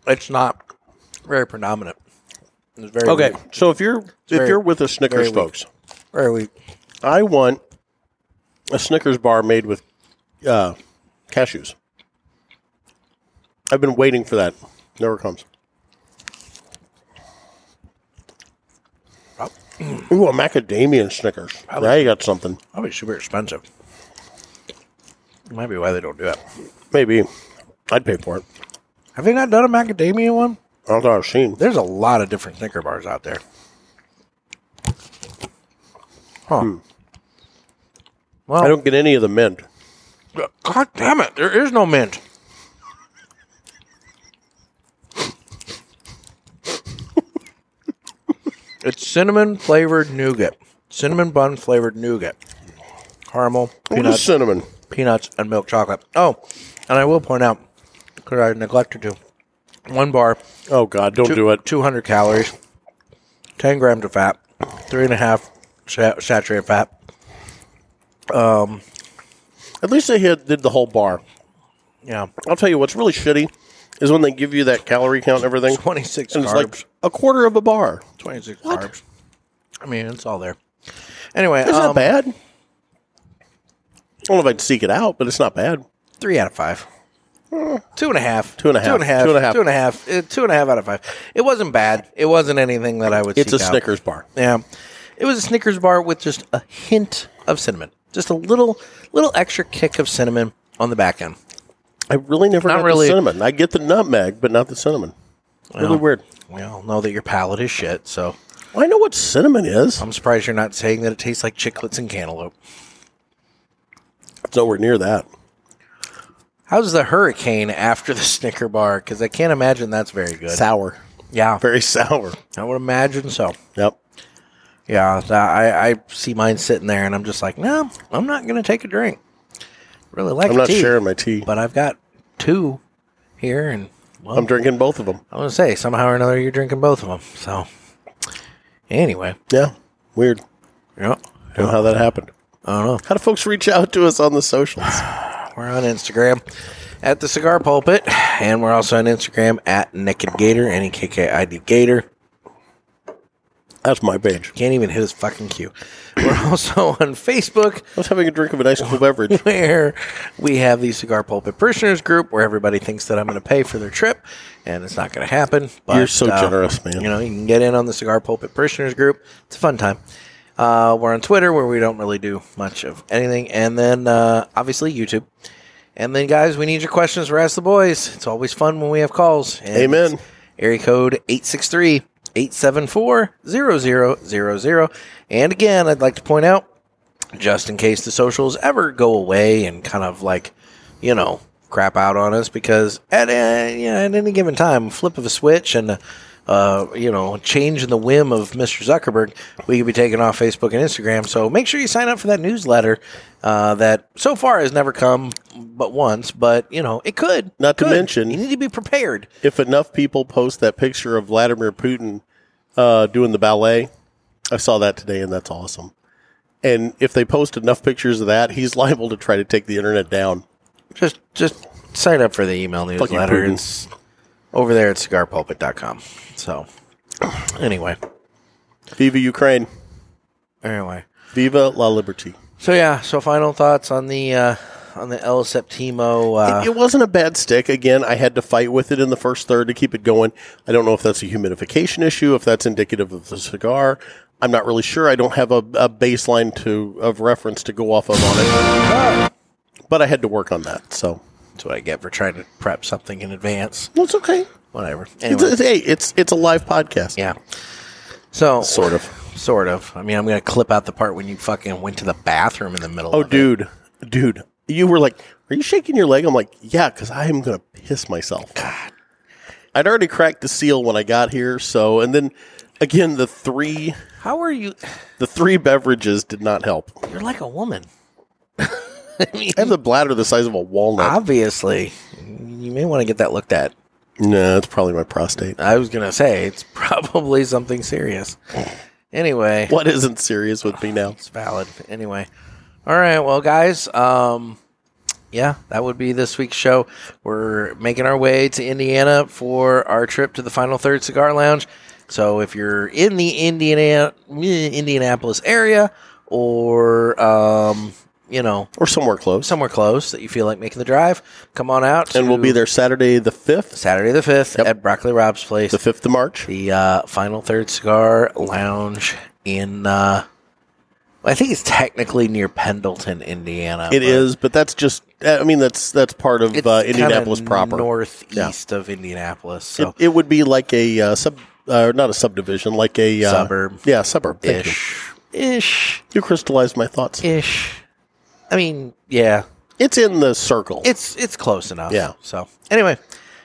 It's not very predominant. It's very
Okay,
weak.
so if you're if
very-
you're with a
very
Snickers,
weak.
folks,
Very weak.
I want a Snickers bar made with uh, cashews. I've been waiting for that. Never comes. Oh. Ooh, a macadamia Snickers. Now you got something.
Probably super expensive. Might be why they don't do it.
Maybe. I'd pay for it.
Have they not done a macadamia one?
I don't know I've seen.
There's a lot of different Snicker bars out there. Huh. Well,
Hmm. I don't get any of the mint.
God damn it! There is no mint. it's cinnamon flavored nougat, cinnamon bun flavored nougat, caramel,
What
peanut,
is cinnamon?
peanuts and milk chocolate. Oh, and I will point out because I neglected to, one bar
Oh God, don't
Two-
do it.
200 calories, 10 grams of fat, three and a half sa- saturated fat.
At least they had, did the whole bar.
Yeah.
I'll tell you what's really shitty is when they give you that calorie count and everything.
26
and
carbs.
it's like a quarter of a bar.
26 carbs. I mean, it's all there. Anyway,
That's
um,
not bad. I don't know if I'd seek it out, but it's not bad.
three out of five. Two and a half.
Hmm. Two and a half.
Two and a half.
Two and a half.
Two and a half. Uh, two and a half out of five. It wasn't bad. It wasn't anything that I would
It's a
seek out.
Snickers bar.
Yeah. It was a Snickers bar with just a hint of cinnamon. Just a little little extra kick of cinnamon on the back end.
I really never
Not
got
really.
the cinnamon. I get the nutmeg, but not the cinnamon. really
Well.
weird.
We all know that your palate is shit, so
I know what cinnamon is.
I'm surprised you're not saying that it tastes like chiclets and cantaloupe.
It's nowhere near that.
How's the hurricane after the [laughs] Snicker bar? Because I can't imagine that's very good.
Sour.
yeah,
Very [laughs] sour.
I would imagine so.
Yep.
Yeah, th- I, I see mine sitting there, and I'm just like, no, I'm not going to take a drink. Really like
I'm not
tea,
sharing my tea.
but I've got two here, and well,
I'm
I'm,
drinking both of them.
going to say somehow or another you're drinking both of them. So anyway,
Yeah. Weird.
yeah,
I don't know how that happened.
I don't know.
How do folks reach out to us on the socials? [sighs]
We're on Instagram at the Cigar Pulpit, and we're also on Instagram at Naked Gator, N E K K I D Gator.
That's my page.
Can't even hit his fucking cue. We're [laughs] also on Facebook,
I was having a drink of a nice [laughs] cool
[laughs]
beverage.
where we have the Cigar Pulpit Parishioners group, where everybody thinks that I'm going to pay for their trip, and it's not going to happen. But, uh,
You're so generous, man.
You know, you can get in on the Cigar Pulpit Parishioners group. It's a fun time. Uh, we're on Twitter, where we don't really do much of anything, and then uh, obviously YouTube. And then, guys, we need your questions for Ask the Boys. It's always fun when we have calls. And
Amen.
it's Area code 863 874 0000. And again, I'd like to point out just in case the socials ever go away and kind of like, you know, crap out on us because at uh, you know, at any given time, flip of a switch and uh, you know, change in the whim of Mr. Zuckerberg, we could be taken off Facebook and Instagram. So make sure you sign up for that newsletter uh, that so far has never come but once, but you know, it could.
Not to
Could.
mention-
you need to be prepared.
if enough people post that picture of Vladimir Putin uh, doing the ballet, I saw that today, and that's awesome. And if they post enough pictures of that, he's [laughs] liable to try to take the internet down.
Just just sign up for the email
Fuck you,
newsletter.
Putin.
It's over there at cigarpulpit.com. So Anyway,
Viva Ukraine.
anyway.
Viva la liberty.
So yeah. So final thoughts on the uh, on the El Septimo. Uh,
it, it wasn't a bad stick. Again, I had to fight with it in the first third to keep it going. I don't know if that's a humidification issue, if that's indicative of the cigar. I'm not really sure. I don't have a, a baseline to of reference to go off of on it. But I had to work on that. So
that's what I get for trying to prep something in advance.
well, it's okay.
Whatever.
It's,
Anyway,
it's, hey, it's it's a live podcast.
yeah. So
Sort of.
Sort of. I mean, I'm going to clip out the part when you fucking went to the bathroom in the middle.
Oh,
of it.
dude, dude, you were like, "Are you shaking your leg?" I'm like, "Yeah," because I am gonna piss myself. God, I'd already cracked the seal when I got here. So, and then again, the three
How are you?
the three beverages did not help.
You're like a woman.
I have the bladder the size of a walnut.
Obviously, you may want to get that looked at.
no, it's probably my prostate.
I was going to say it's [laughs] probably something serious. Anyway,
What isn't serious with me now?
it's valid. Anyway, all right. Well, guys, um, yeah, that would be this week's show. We're making our way to Indiana for our trip to the Final Third Cigar Lounge. So if you're in the Indiana Indianapolis area, or um, you know
Or somewhere close.
somewhere close that you feel like making the drive, come on out.
and we'll
to
be there Saturday the fifth,
Saturday the fifth
Yep.
at Broccoli Rob's place,
the
the,
fifth of March.
uh, Final Third Cigar Lounge in. Uh, I think it's technically near Pendleton, Indiana.
It is, but that's just. I mean, that's that's part of
It's
uh,
kinda
Indianapolis proper.
northeast of Indianapolis. So
It, it would be like a uh, sub, uh, not a subdivision, like a uh,
Suburb.
Yeah, suburb. Thank you.
ish, ish,
You crystallized my thoughts.
ish. I mean, yeah,
it's in the circle.
it's it's close enough.
Yeah.
So anyway,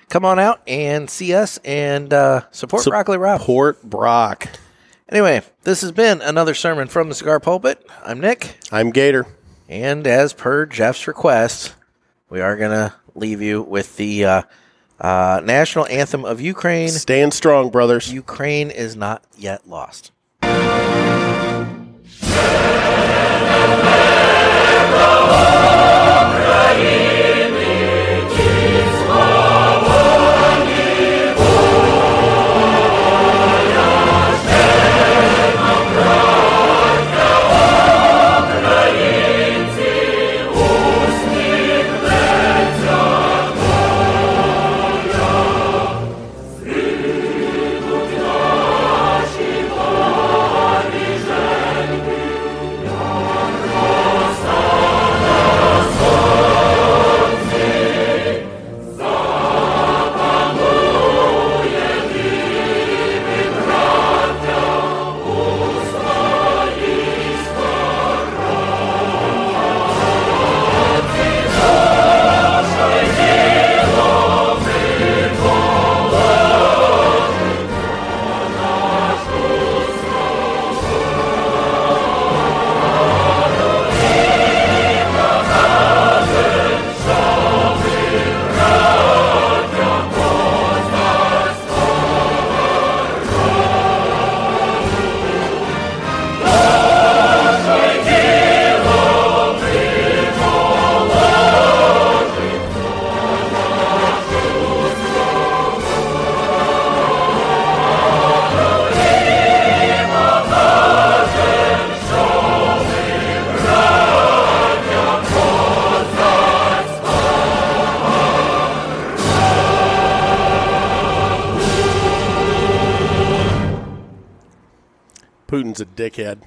come on out and see us and uh, support
So-
Broccoli Rob.
Port Brock.
Anyway, this has been another sermon from the cigar pulpit. I'm Nick.
I'm Gator.
And as per Jeff's request, we are going to leave you with the uh, uh, national anthem of Ukraine.
Stand strong, brothers.
Ukraine is not yet lost.
Putin's a dickhead.